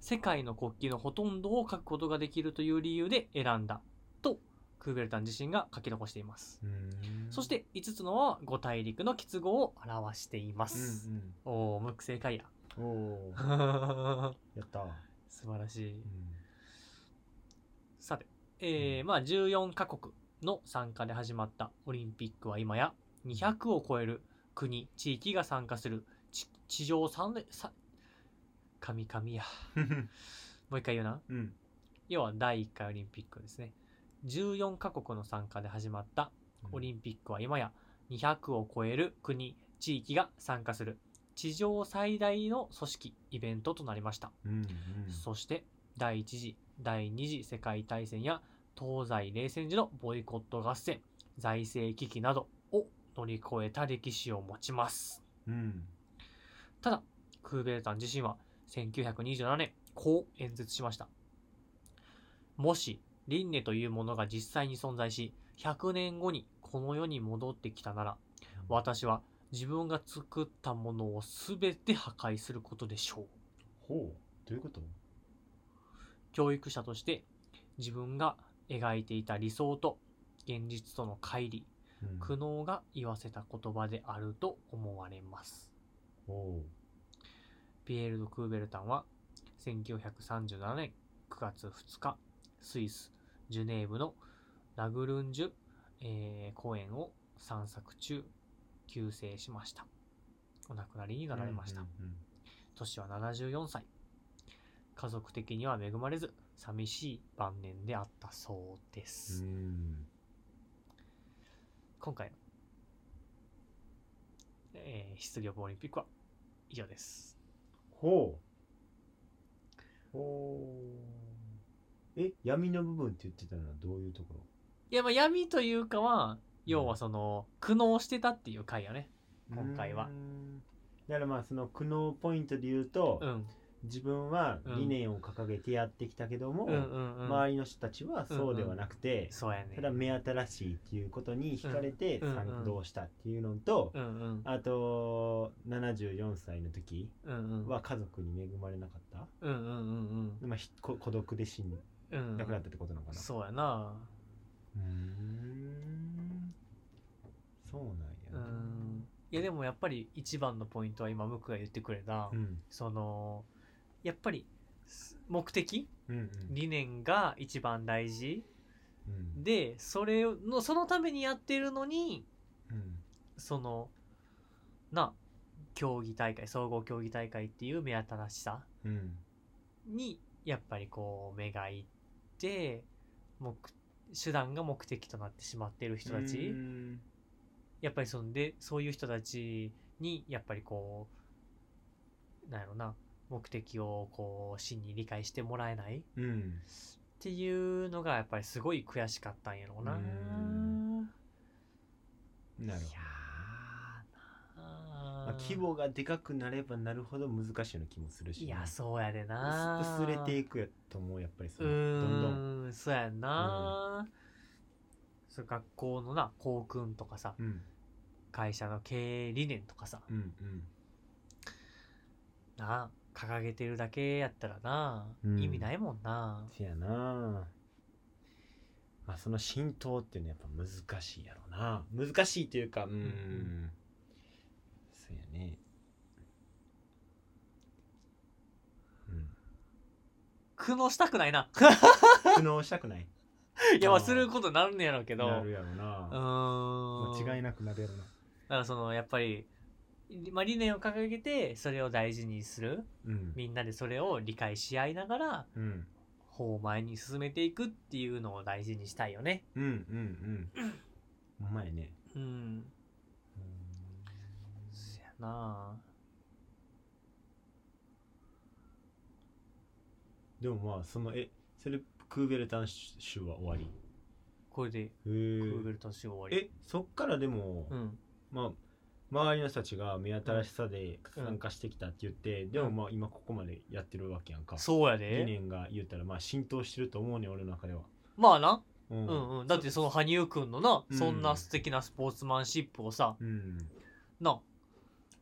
世界の国旗のほとんどを書くことができるという理由で選んだとクーベルタン自身が書き残しています
うん
そして5つのは五大陸の結合を表しています、おお無正 解や
うんうんおーやった、う
素晴らしい
ん
さて、えー
うん
まあ、14カ国の参加で始まったオリンピックは今や200を超える国地域が参加するち地上3連さ神々やもう一回言うな
うん
要は第1回オリンピックですね14カ国の参加で始まったオリンピックは今や200を超える国地域が参加する地上最大の組織イベントとなりました
うんうん
そして第1次、第2次世界大戦や東西冷戦時のボイコット合戦、財政危機などを乗り越えた歴史を持ちます。
うん
ただ、クーベルタン自身は1927年、こう演説しました。もし、輪廻というものが実際に存在し、100年後にこの世に戻ってきたなら、私は自分が作ったものを全て破壊することでしょう。
ほうどういうこと
教育者として自分が描いていた理想と現実との乖離
うん
苦悩が言わせた言葉であると思われます
おう
ピエール・ド・クーベルタンは1937年9月2日スイス・ジュネーブのラグルンジュ、えー公園を散策中急逝しましたお亡くなりになられました、
うんうん
年は74歳家族的には恵まれず寂しい晩年であったそうです、
うん
今回の、えー、失業オリンピックは以上です
ほうほうえ闇の部分って言ってたのはどういうところ
いやまあ闇というかは要はその、苦悩してたっていう回やね今回は
うんだからまあその苦悩ポイントで言うと、
うん
自分は
うん
理念を掲げてやってきたけども、
うんうんうん、
周りの人たちはそうではなくて、
そうやね
ただ目新しいっていうことに惹かれて
うんうん
賛同したっていうのと、
うんうん
あと74歳の時
うんうん
は家族に恵まれなかった、
うんうんうん
まあ、ひこ孤独で死ん
うんうん
亡くなったってことなのかな、
そうやな
うーんそう
う
なんやな、
んいやでもやっぱり一番のポイントは今ムクが言ってくれた、
うん
そのやっぱりす目的
うん
理念が一番大事
うん
でそれのそのためにやってるのに
うん
そのな競技大会総合競技大会っていう目新しさ
うん
にやっぱりこう目がいって目手段が目的となってしまってる人たち、
うん
やっぱりそんでそういう人たちにやっぱりこうなんやろな目的をこう真に理解してもらえないっ
うん
ていうのがやっぱりすごい悔しかったんやろうな。
うんなるほ
いやーな
ど、
ー
まあ、規模がでかくなればなるほど難しいような気もするしね、
いやそうやでな
薄
ー
薄れていくやと思うやっぱりそうのどんどん、
ーんそうやんなー、そう学校のな校訓とかさ
うん、
会社の経営理念とかさ
うん
なあ掲げてるだけやったらな、
うん
意味ないもんな
せやなまあその浸透っていうのはやっぱ難しいやろうな難しいというかうん、
うん
そうやねうん
苦悩したくな いな
苦悩したくない
いやまあすることになるんやろうけど
なるやろ
う
な
ーん
間違い
だ
なくなるやろな
からそのやっぱり、まあ、理念を掲げてそれを大事にする
うん
みんなでそれを理解し合いながら
うん
方を前に進めていくっていうのを大事にしたいよね
うんうんうんうまいね
うんそやな
でもまあそのえそれクーベルタン州は終わり
これで
へ
ク
ー
ーベルタン州終わり
えそっからでも、
うん
まあ周りの人たちが目新しさで
うん
参加してきたって言って、でもまあ今ここまでやってるわけやんか、
そうや
理
で
念が言ったらまあ浸透してると思うねん俺の中では
まあな
う
うんんうんだってその羽生くんのな
うん
そんな素敵なスポーツマンシップをさ
うん
な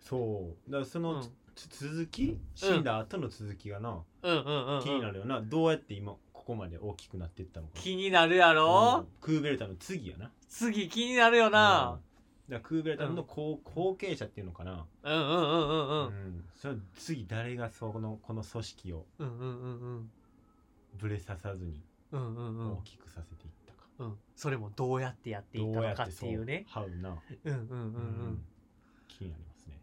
そうだからその、
うん
つ続き死んだ後の続きがな、
うんうんうんうん
気になるよなどうやって今ここまで大きくなっていったのか
気になるや
うん
ろ、
クーベルタンの次やな
次気になるよ
う
な、
んだからクーベルタンの後,、後継者っていうのかな
うん、うんうんうんう
うんそれは次誰がそのこの組織を
うんうんうんうん
ぶれささずに
うんうんうん
大きくさせていったか、
うんそれもどうやってやっていった
どう
の
や
か
っ
ってて
そう
いうね
はうな、
うんうんうんうん
気になりますね、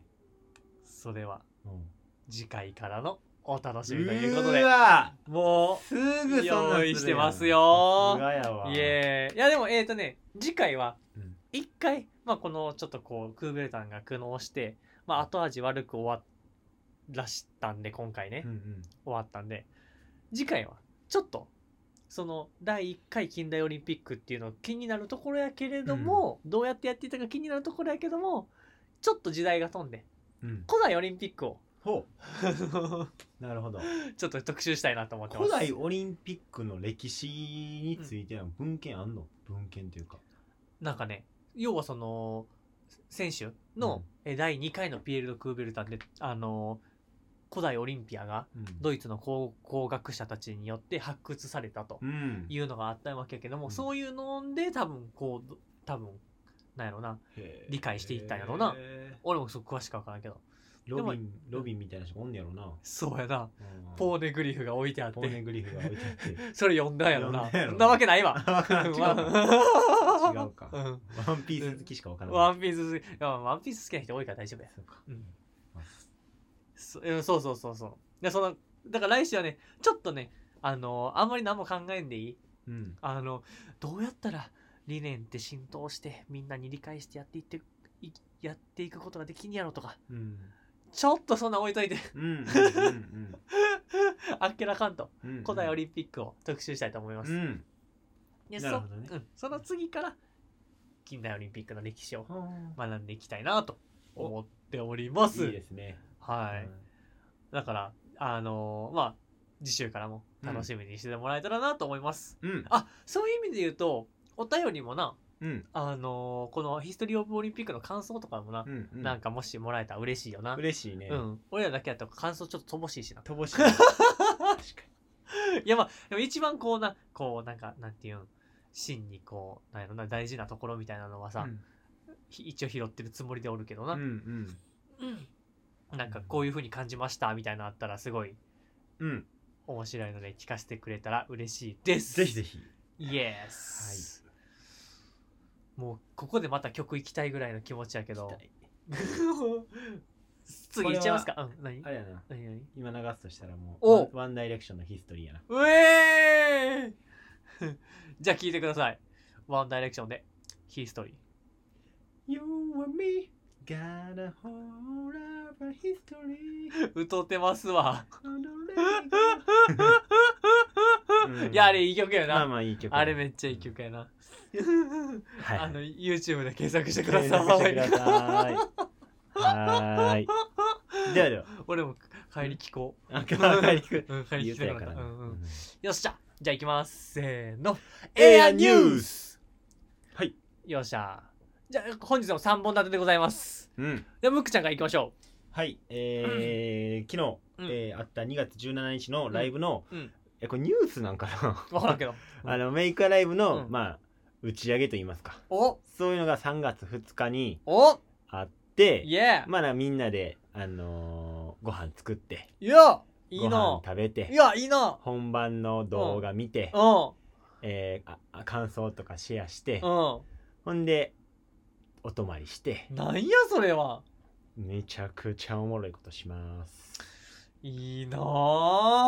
それは
うん
次回からのお楽しみということ
う
で
わ
も
すぐそんなんするやん
用意してますよ
さすがやわ
ういえいやでもえっ、とね次回は
うん
一回、まあ、このちょっとこうクーベルタンが苦悩して、まあ、後味悪く終わらしたんで今回ね、
うんうん
終わったんで次回はちょっとその第1回近代オリンピックっていうの気になるところやけれども、どうやってやっていたか気になるところやけどもちょっと時代が飛んで
うん
古代オリンピック を
ほ
ちょ
うなるほど
っと特集したいなと思ってます
古代オリンピックの歴史については文献あんの、文献というか
なんかね要はその選手の、え第2回のピエール・ド・クーベルタンであの古代オリンピアがドイツの考考学者たちによって発掘されたと
うん
いうのがあったわけやけども、
うん
そういうので多分こう多分なんやろな
へー
理解していったんやろな
へー
俺もそう詳しく分からんけど
ロビ
で
ンロビンみたいな人がおんねやろな、
そうやな
うん
ポーネグリフが置いてあっ
ポーネ
て
グリフが置いてあって
それ読んだんやろ
読
なん
だんやろ
そんなわけないわ
あわ からん違うか違うか
うん
ワンピース好きしかわからない
ワンピースいやワンピース好きな人多いから大丈夫や
そうか
うん
まあ
そうんそうそうそうそうでそのだから来週はねちょっとねあのあんまり何も考えんでいい
うん
あのどうやったら理念って浸透してみんなに理解してやっていっていやっていくことができんやろとか
うん
ちょっとそんなん置いといて
うんうんうん
あっけらかんと
うんうん
古代オリンピックを特集したいと思います、
うん
で
なるほどね
そうんその次から近代オリンピックの歴史を
はあ
学んでいきたいなと思っております
いいですね
はい、だからあのーまあ次週からも楽しみにしてもらえたらなと思います、
うん
あそういう意味で言うとお便りもな
うん
あのーこのヒストリーオブオリンピックの感想とかもな、
うんうん
なんかもしもらえたら嬉しいよな。
嬉しいね
うん。俺らだけやったら感想ちょっと乏しいしな。
乏しい確か
いやまあ、でも一番こうな、こうなんか、なんていうん、真にこう、なんやろな、大事なところみたいなのはさ、
に
ひ一応拾ってるつもりでおるけどな。
うんうん
うんなんかこういう風に感じましたみたいなのあったらすごい
うん
面白いので聞かせてくれたら嬉しいです。
ぜひぜひ
イエス。もうここでまた曲行きたいぐらいの気持ちやけど。 次行っちゃいますか。うん、何
あれやな
何何
今流すとしたらもう
お
ワンワンダイレクションのヒストリーやな
うえー じゃあ聞いてください。ワンダイレクションで、ヒーストリー。
You and me got a whole lot of history
歌ってますわ。
on the うん
いや、あれいい曲やな。
まあまあいい曲
あれめっちゃいい曲やな。
はい
あの、YouTube で検索してくだ
検索してくだ
さい。
さい はーい で はでは
俺も帰り聞こう。
あ帰り聞く
うん、帰り聞きた
言うやか
かったた。
らな
うんうん
うん
よっしゃじゃあ行きます。せーの。
エアニュースはい
よっしゃじゃあ本日の3本立てでございます。
うん
では、ムックちゃんから行きましょ
はい、えー、昨日、
うん
えーあった2月17日のライブの、
うんうん
えこれニュースなんかな
う。わからんけど。
あのメイクアライブの、
うん
まあ打ち上げと言いますか
お
そういうのが3月2日に
お
あって
イエー
まあなみんなであのーご飯作って
いやいい
ご飯
な
食べ
い
て
や、いいな
本番の動画見て、
う
えーああ感想とかシェアして、
ん。う
ほんでお泊まりして
ん。なんやそれは。
めちゃくちゃおもろいことします
いいな
ま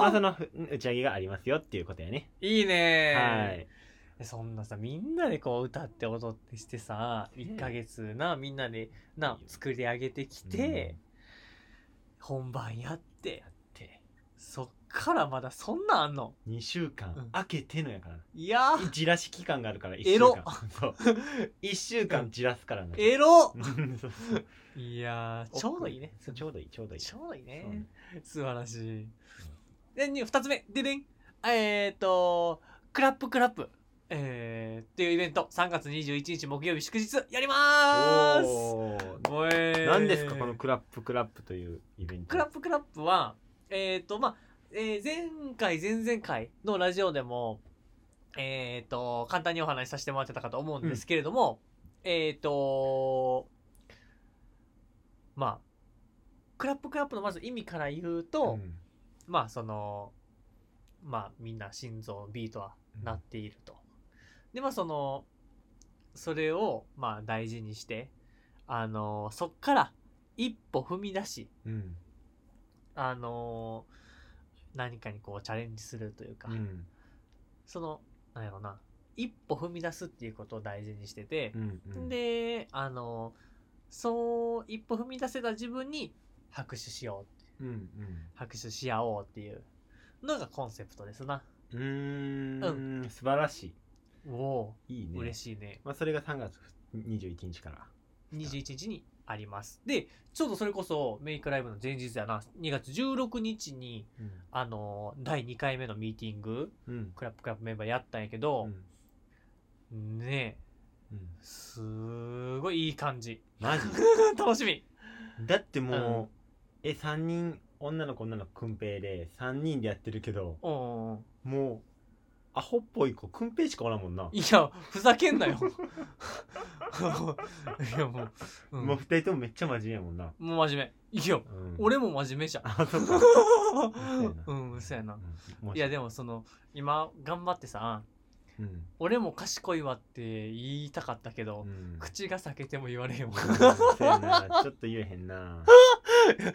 あそ
ぁ。
のふ打ち上げがありますよっていうことやね、
いいね
はい
い。そんなさ、みんなでこう歌って踊ってしてさ、1ヶ月な、みんなでな、作り上げてきて、本番やって、
って
そっからまだそんなんあんの。
2週
うん
間開けてのやから
いや
なじらし期間があるから1
エ
週
ロ
間 そう1週間じらすからな
ー、エロ
うんそうそう
いやー、ちょうどいいね。
そうちょうどいいちょうどいい
ちょうどいいね
そうね。
素晴らしい。で、に二つ目、ででん。えっ、と、クラップクラップ。えー、っていうイベント、3月21日木曜日祝日やりまーす
おー
ごえー
何ですかこのクラップクラップというイベント
クラップクラップは、えっ、と、まあ、えー前回前々回のラジオでもえっ、と簡単にお話しさせてもらってたかと思うんですけれども、えっ、とまあクラップクラップのまず意味から言うと、
うん
まあそのまあみんな心臓ビートはなっていると。でまあそのそれをまあ大事にしてあのそっから一歩踏み出し
うん
あの何かにこうチャレンジするというか、
うん
そのなんやろな一歩踏み出すっていうことを大事にしてて
う、んうん
であのそう一歩踏み出せた自分に拍手しよう
うん
拍手し合おうっていうのがコンセプトですな。
うんうーん素晴らし
おお
いいいね
ー、嬉しいね。
まあそれが3月21日から
21日にあります。で、ちょうどそれこそメイクライブの前日やな、2月16日に、
うん
あのー、第2回目のミーティング、
うん
クラップクラップメンバーやったんやけど、ね
うん
え、すごいいい感じ。
マジ
楽しみ。
だってもうえ3人女の子女の子くんぺいで3人でやってるけど
うん。
もうアホっぽい子くんぺいしかおらんもんない
や、ふざけんなよ。 いや、もう、うん
もう2人ともめっちゃ真面目やもんな
もう真面目。いや、
うん
俺も真面目じゃん。
あそ っか
うん、嘘やな。い
いや
や、
で
でもその、今、頑張ってさ、俺も賢いわって言いたかったけど、口が裂けても言われへんわ。
そうやなちょっと言えへん な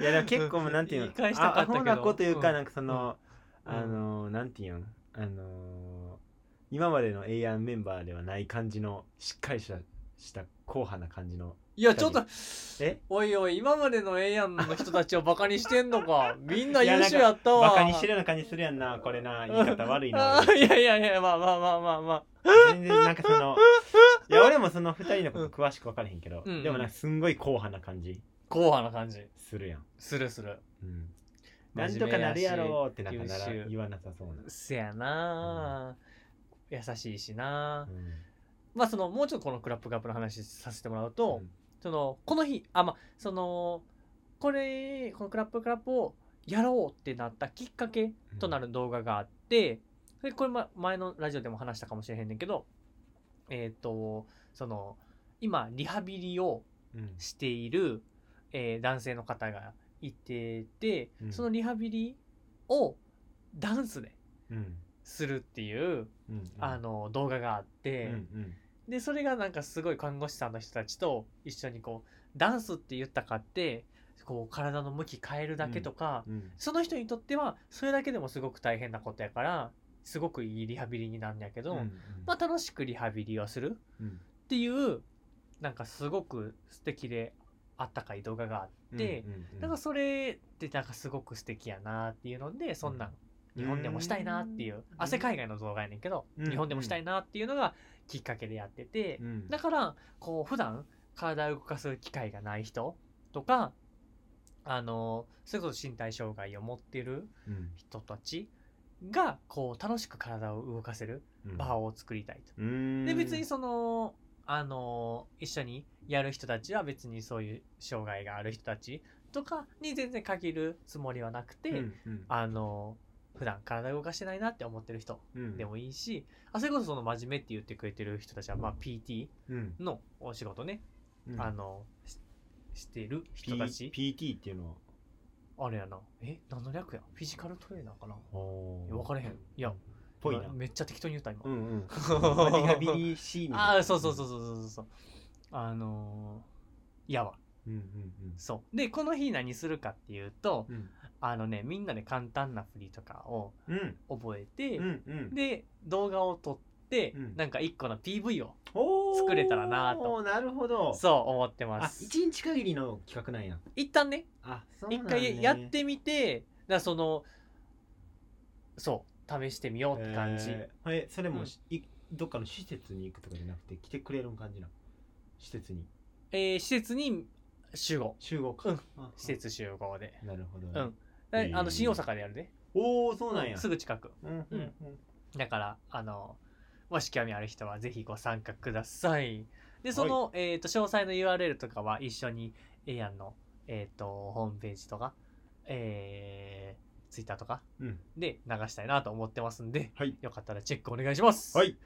いやでも結構もうなんていう
言
の
い返した
あ
か
ア
ったけ
ホ
ど
な子というか
うん
なんかその、
うん
あのーなんていうんあのー今までの AI メンバーではない感じのしっかりしたした硬派な感じの
いや、ちょっと、
え
おいおい、今までのエイアンの人たちをバカにしてんのか。みんな優秀やったわ。
バカにしてるような感じするやんなこれな言い方悪いな
あーいやいやいや、まあまあまあまあまあ。
全然なんかそのいや俺もその二人のこと詳しく分からへんけど、
うん
でもなんかすんごい硬派な感じ
硬派な感じ。
するやん、
するする。
うん、な
真
ん
面
と
目
かなる
し
やろうってなんかなら
優秀
言わなさそうな、
せやな、優しいしな、
うん
まあその、もうちょっとこのクラップカップの話させてもらうと、
うん
その、この日、あ、まあ、その、これ、このクラップクラップをやろうってなったきっかけとなる動画があって、それこれま前のラジオでも話したかもしれへんねんけどえっ、とその今リハビリを
うん
している、えー男性の方がいてて、
うん
そのリハビリをダンスで
うん
するっていう、
うんうん
あの動画があっ
う
て、
ん
でそれがなんかすごい看護師さんの人たちと一緒にこうダンスって言ったかってこう体の向き変えるだけとか、
うんうん
その人にとってはそれだけでもすごく大変なことやからすごくいいリハビリになるんやけど、
うん
まあ、楽しくリハビリをする
うん
っていうなんかすごく素敵であったかい動画があって、で
うんうんうん
なんかそれってなんかすごく素敵やなっていうのでそんなん日本でもしたいなっていう汗海外の動画やねんけど、
うん
日本でもしたいなっていうのがきっかけでやってて、
うん
だからこう普段体を動かす機会がない人とかあのそれこそ身体障害を持ってる
うん
人たちがこう楽しく体を動かせる
うん
場を作りたいと。
うん
で別にそのあの一緒にやる人たちは別にそういう障害がある人たちとかに全然限るつもりはなくて、
うんうん
あの普段体動かしてないなって思ってる人
うん
でもいいし、あそれこそその真面目って言ってくれてる人たちは、まあ、PT
うん
のお仕事ね、
うん
あのししてる
P-
人たち、
PT っていうのは
あれやなえ何の略やフィジカルトレーナーかな
おー
いや分からへんいや
ぽいな
めっちゃ適当に言った今、
うん うんまあリハビリシーンみたいな
ああそうそうそうそうそうそうあのー、やば
うんうん
そうでこの日何するかっていうと
うん
あのねみんなで簡単な振りとかを
うん
覚えて、
うんうん
で動画を撮って、
うん
なんか一個の PV を
おー
作れたらなと
おーなるほど
そう思ってま
あ
す
一日限りの企画なんや
一旦ね
あそうな
一
んね
回やってみてだからそのそう試してみようって感じ、
えーえそれ
う
も
ん
し、いどっかの施設に行くとかじゃなくて来てくれる感じなの施設に
えー施設に集合
集合か、
うん
あ
施設集合で、
なるほど、ね
うんで
えー
あの新大阪でやるね
おおそうなんや
すぐ近く
うんうんうん
だからあのもし興味ある人はぜひご参加くださいでその、えー、と詳細の URL とかは一緒にエイアンの、えー、とホームページとか、えーツイッターとか
うん
で流したいなと思ってますんで、
はい
よかったらチェックお願いします。
はい。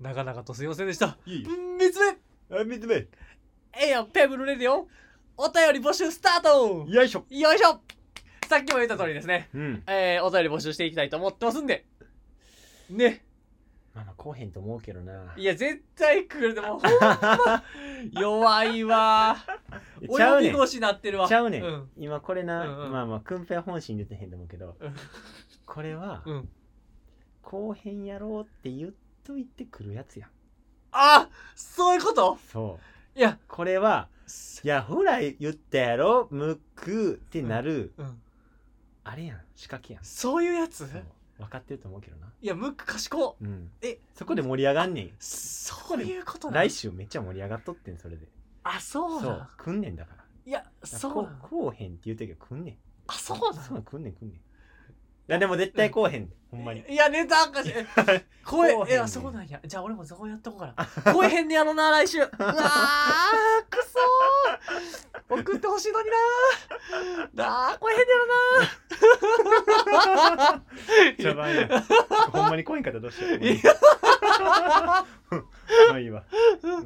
長々とすいませんでした。
いい
3つ目
あ3つ目
ええやん、ペブルレディオお便り募集スタート
よいしょ
よいしょさっきも言った通りですね、
うん
えー、お便り募集していきたいと思ってますんで、ね、
まあまあこうへんと思うけどない
や、絶対来るでも、ほんま、弱いわ。
いや
お
ちゃ
呼
う
び
ねん
越しになってるわ。
ちゃうねん、
うん。
今これな、
うんうん
まあまあくんぺは本心出てへんと思うけど
うん
これは、
うん。
後編やろうって言っといてくるやつやん
あそういうこと
そう
いや、
これは「いやほら言ったやろむく」ってなる、
うん、
あれやん仕掛けやん
そういうやつ
そう分かってると思うけどな
いうや、ムック賢っ。
ん
え、
そこで盛り上がんねん
そういうことなの
来週めっちゃ盛り上がっとってんそれで
あ、そう
そ
な
うんくんねんだから
いや、そうなの
こうへんって言うてるけどくんねん
あ、そうな
そう
の
くんねんくんねんいやでも絶対こうへん、ほ んまに
いや、ネタあかし、え声、
こうへんねん
いや、そうなんや。じゃあ俺もそうやっとこうかな。声変ねやろな、来 週。うわー、くそー。送ってほしいのになー。なあ、声変ねやろなー。
やばいやんほんまに来へんかったらどうしよう
い
まあいいわ、うん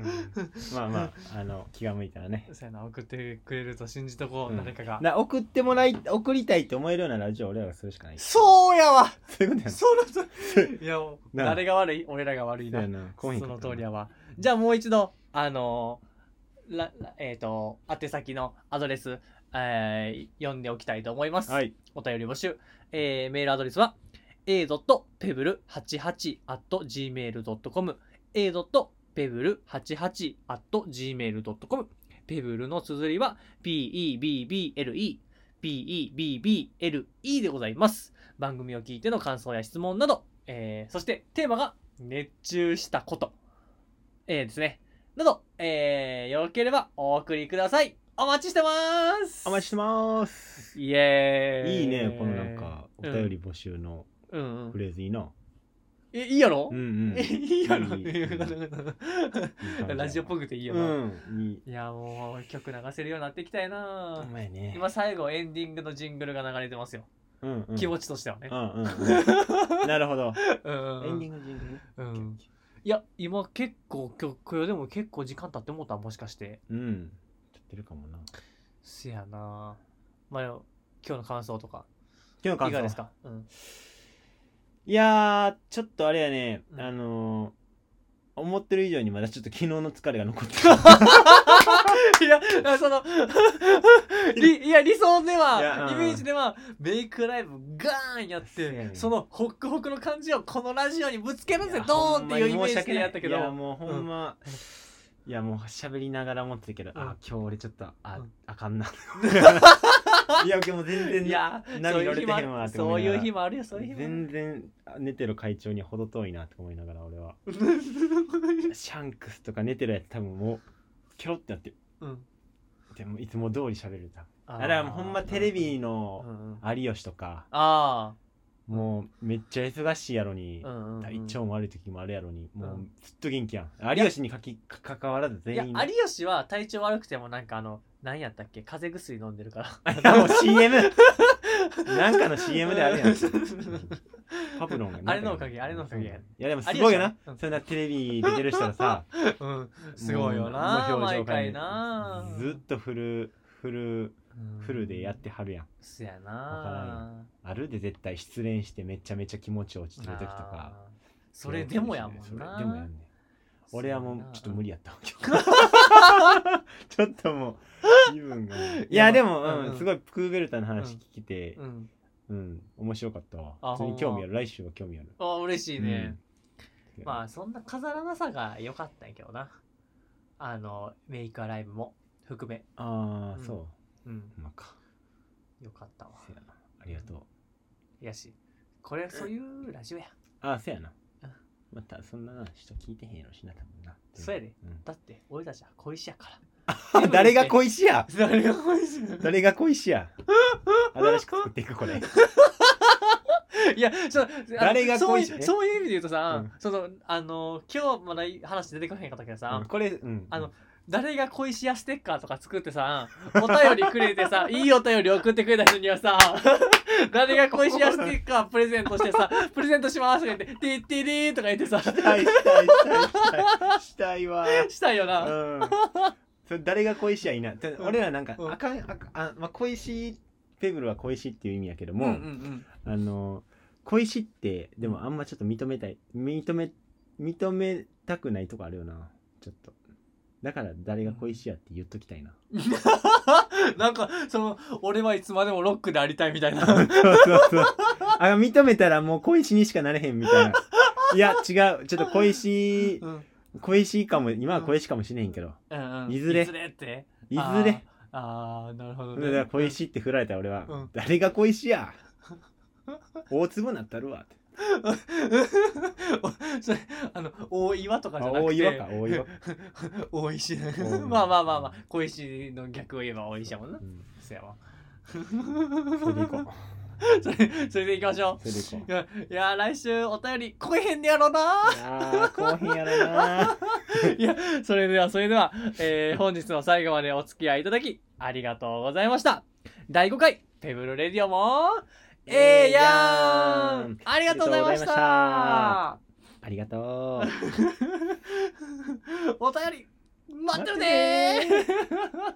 まあまああの気が向いたらね
そうやな、送ってくれると信じとこ
う
う、
ん
誰かが。
な送ってもらい送りたいと思えるようなラジオを俺らがするしかない
そうや わ
そういうことやんそ
そうだそう いやもう
な
誰が悪い俺らが悪いうな
やな来
そ
へんかった
の通りやわじゃあもう一度あのーららえっ、と宛先のアドレス、えー読んでおきたいと思います、
はい
お便り募集、えーメールアドレスは a.pebble88.gmail.com a.pebble88.gmail.com ペブルの綴りは p-e-b-b-l-e p-e-b-b-l-e でございます。番組を聞いての感想や質問など、えーそしてテーマが熱中したこと、えーですね。など、えーよろければお送りください。お待ちしてます
お待ちしてます
イエーイ
いいねこのなんかお便り募集の
うん、うんうん
フレーズいいな
えいいやろ、
うんうん
えいいやろ
いいいいじや
ラジオっぽくていいよ
う
な、
んいい
いやもう曲流せるようになっていきたいな
お、前ね
今最後エンディングのジングルが流れてますよ、
うんうん
気持ちとしてはね
う、んうんうんなるほど
うん
エンディングジングルね
うんいや今結構曲よでも結構時間経ってもうたもしかして
うんやってるかもな
せやなまあ今日の感想とか
今日の
いか
感
が
想
ですか、うん、
いやーちょっとあれやね、
うん
あのー思ってる以上にまだちょっと昨日の疲れが残ってる
いや、その、 りいや、理想で
いや
は
う、ん
イメージでは、メイクライブガーンやっ
そうや
て
ね、ん
そのホックホクの感じをこのラジオにぶつける
い
ぜ
や、
ド
ほ
ーン
ん
っ
ま
て
に
いうイメ
申し
ージ
訳
で
ない
やったけど
いや、もうほんま、いやもう喋りながら思ってたけど、
うん
あ今日俺ちょっとあ、
うん
あかん ないや今日もう全然
いや、そう
何
い
言
う
わ
日
れて
もあ
へんわ
る
って
そ
思
う
いな
いう
が
日
ら
もあるよ、そういう日も
全然寝てる会長に程遠いなって思いながら俺は
ある。
シャンクスとか寝てるやつ多分もうキョロってなってる
うん
でもいつも通り喋るた
あ
あれはもうほんまテレビ
ー、う
の
んうん
有吉とか、
あ
もうめっちゃ忙しいやろに
ー、う、んうんうん
体調も悪い時もあるやろに、もううんずっと元気やん有吉にかきかかわらず
いや、
全員ね
有吉は体調悪くてもなんかあの、何やったっけ風邪薬飲んでるから。
あもう CM なんかの CM であるやんパプロンがなんか
あれのおかげあれのおかげ
いやでもすごいよな
有吉はうん
そんなテレビ出てる人がさ
うん、すごいよな
もう
毎
変え
回な
ずっとフルフル
うん
フルでやってはるやん
そや
わからん
な
あるで絶対失恋してめちゃめちゃ気持ち落ちてる時とか
あーそれでもやもんな
それでもやんねん俺はもうちょっと無理やったわ ちょっともう気分がもういやでも、
うん
うん
うん
すごいクーベルタの話聞きて
う、ん
うん面白かったわ
あ
普通
ほん
に
ま
興味ある来週は興味ある
あ嬉しいね、
うん
まあそんな飾らなさが良かったんやけどなあのメイクアライブも含め
ああ、
うん
そ
うん
うまあか
良かったわ
せやなありがとう
いやしこれそういうラジオや
ああせやな
うん
またそんな人聞いてへんやろしな多分な
そうやで、
ん
だって俺たちは小石やから
あ 誰が恋しや
誰が小石や
誰が恋しや新しく作っていくこれ
いや、ちょっと、あの
誰が
そう
恋
い
しね
う、そういう意味で言うとさ、
うん
その、あの、今日まだ話出てこへんかったけどさ、
うんこれうん
あの誰が小石屋ステッカーとか作ってさお便りくれて さいいお便り送ってくれた人にはさ 誰が小石屋ステッカープレゼントし てさプレゼントしますって言って「ティッティリー」とか言ってさ
したいしたいしたいしたいしたいわ
したいよな、
うんそれ誰が恋しやいいなただ
うん
俺らなんか、
うん
あかんあかんあ、まあ、恋しいペブルは恋しいっていう意味やけど
うん
も、
うんうん
あの恋しいってでもあんまちょっと認めたい認め認めたくないとこあるよなちょっとだから誰が恋しいやって言っときたいな
なんかその俺はいつまでもロックでありたいみたいな
そうそうそうあ認めたらもう恋しにしかなれへんみたいないや違うちょっと恋し
うん
恋しいかも今は恋しいかもしれへんけど
うんうん
いずれ
いずれって
いずれ
あーあーなるほど
だから
ね
恋しいって振られたら俺は、
うん
誰が恋しいや大粒なったるわって
それあの大岩とかじゃ
あ
なく
大
て
岩か大岩、
大石
大
まあまあまあまあ小石の逆を言えば大石やもんな
うん
そやわ
それでいこう
それそれでいきましょ
それでいこう
ういやいや来週お便り来えへんねやろ な
あー後編やろない
やそれではそれでは、えー本日の最後までお付き合いいただきありがとうございました第5回ペブルレディオもええや
ええやん
んありがとうございました
あありがとう
お便り待ってるねー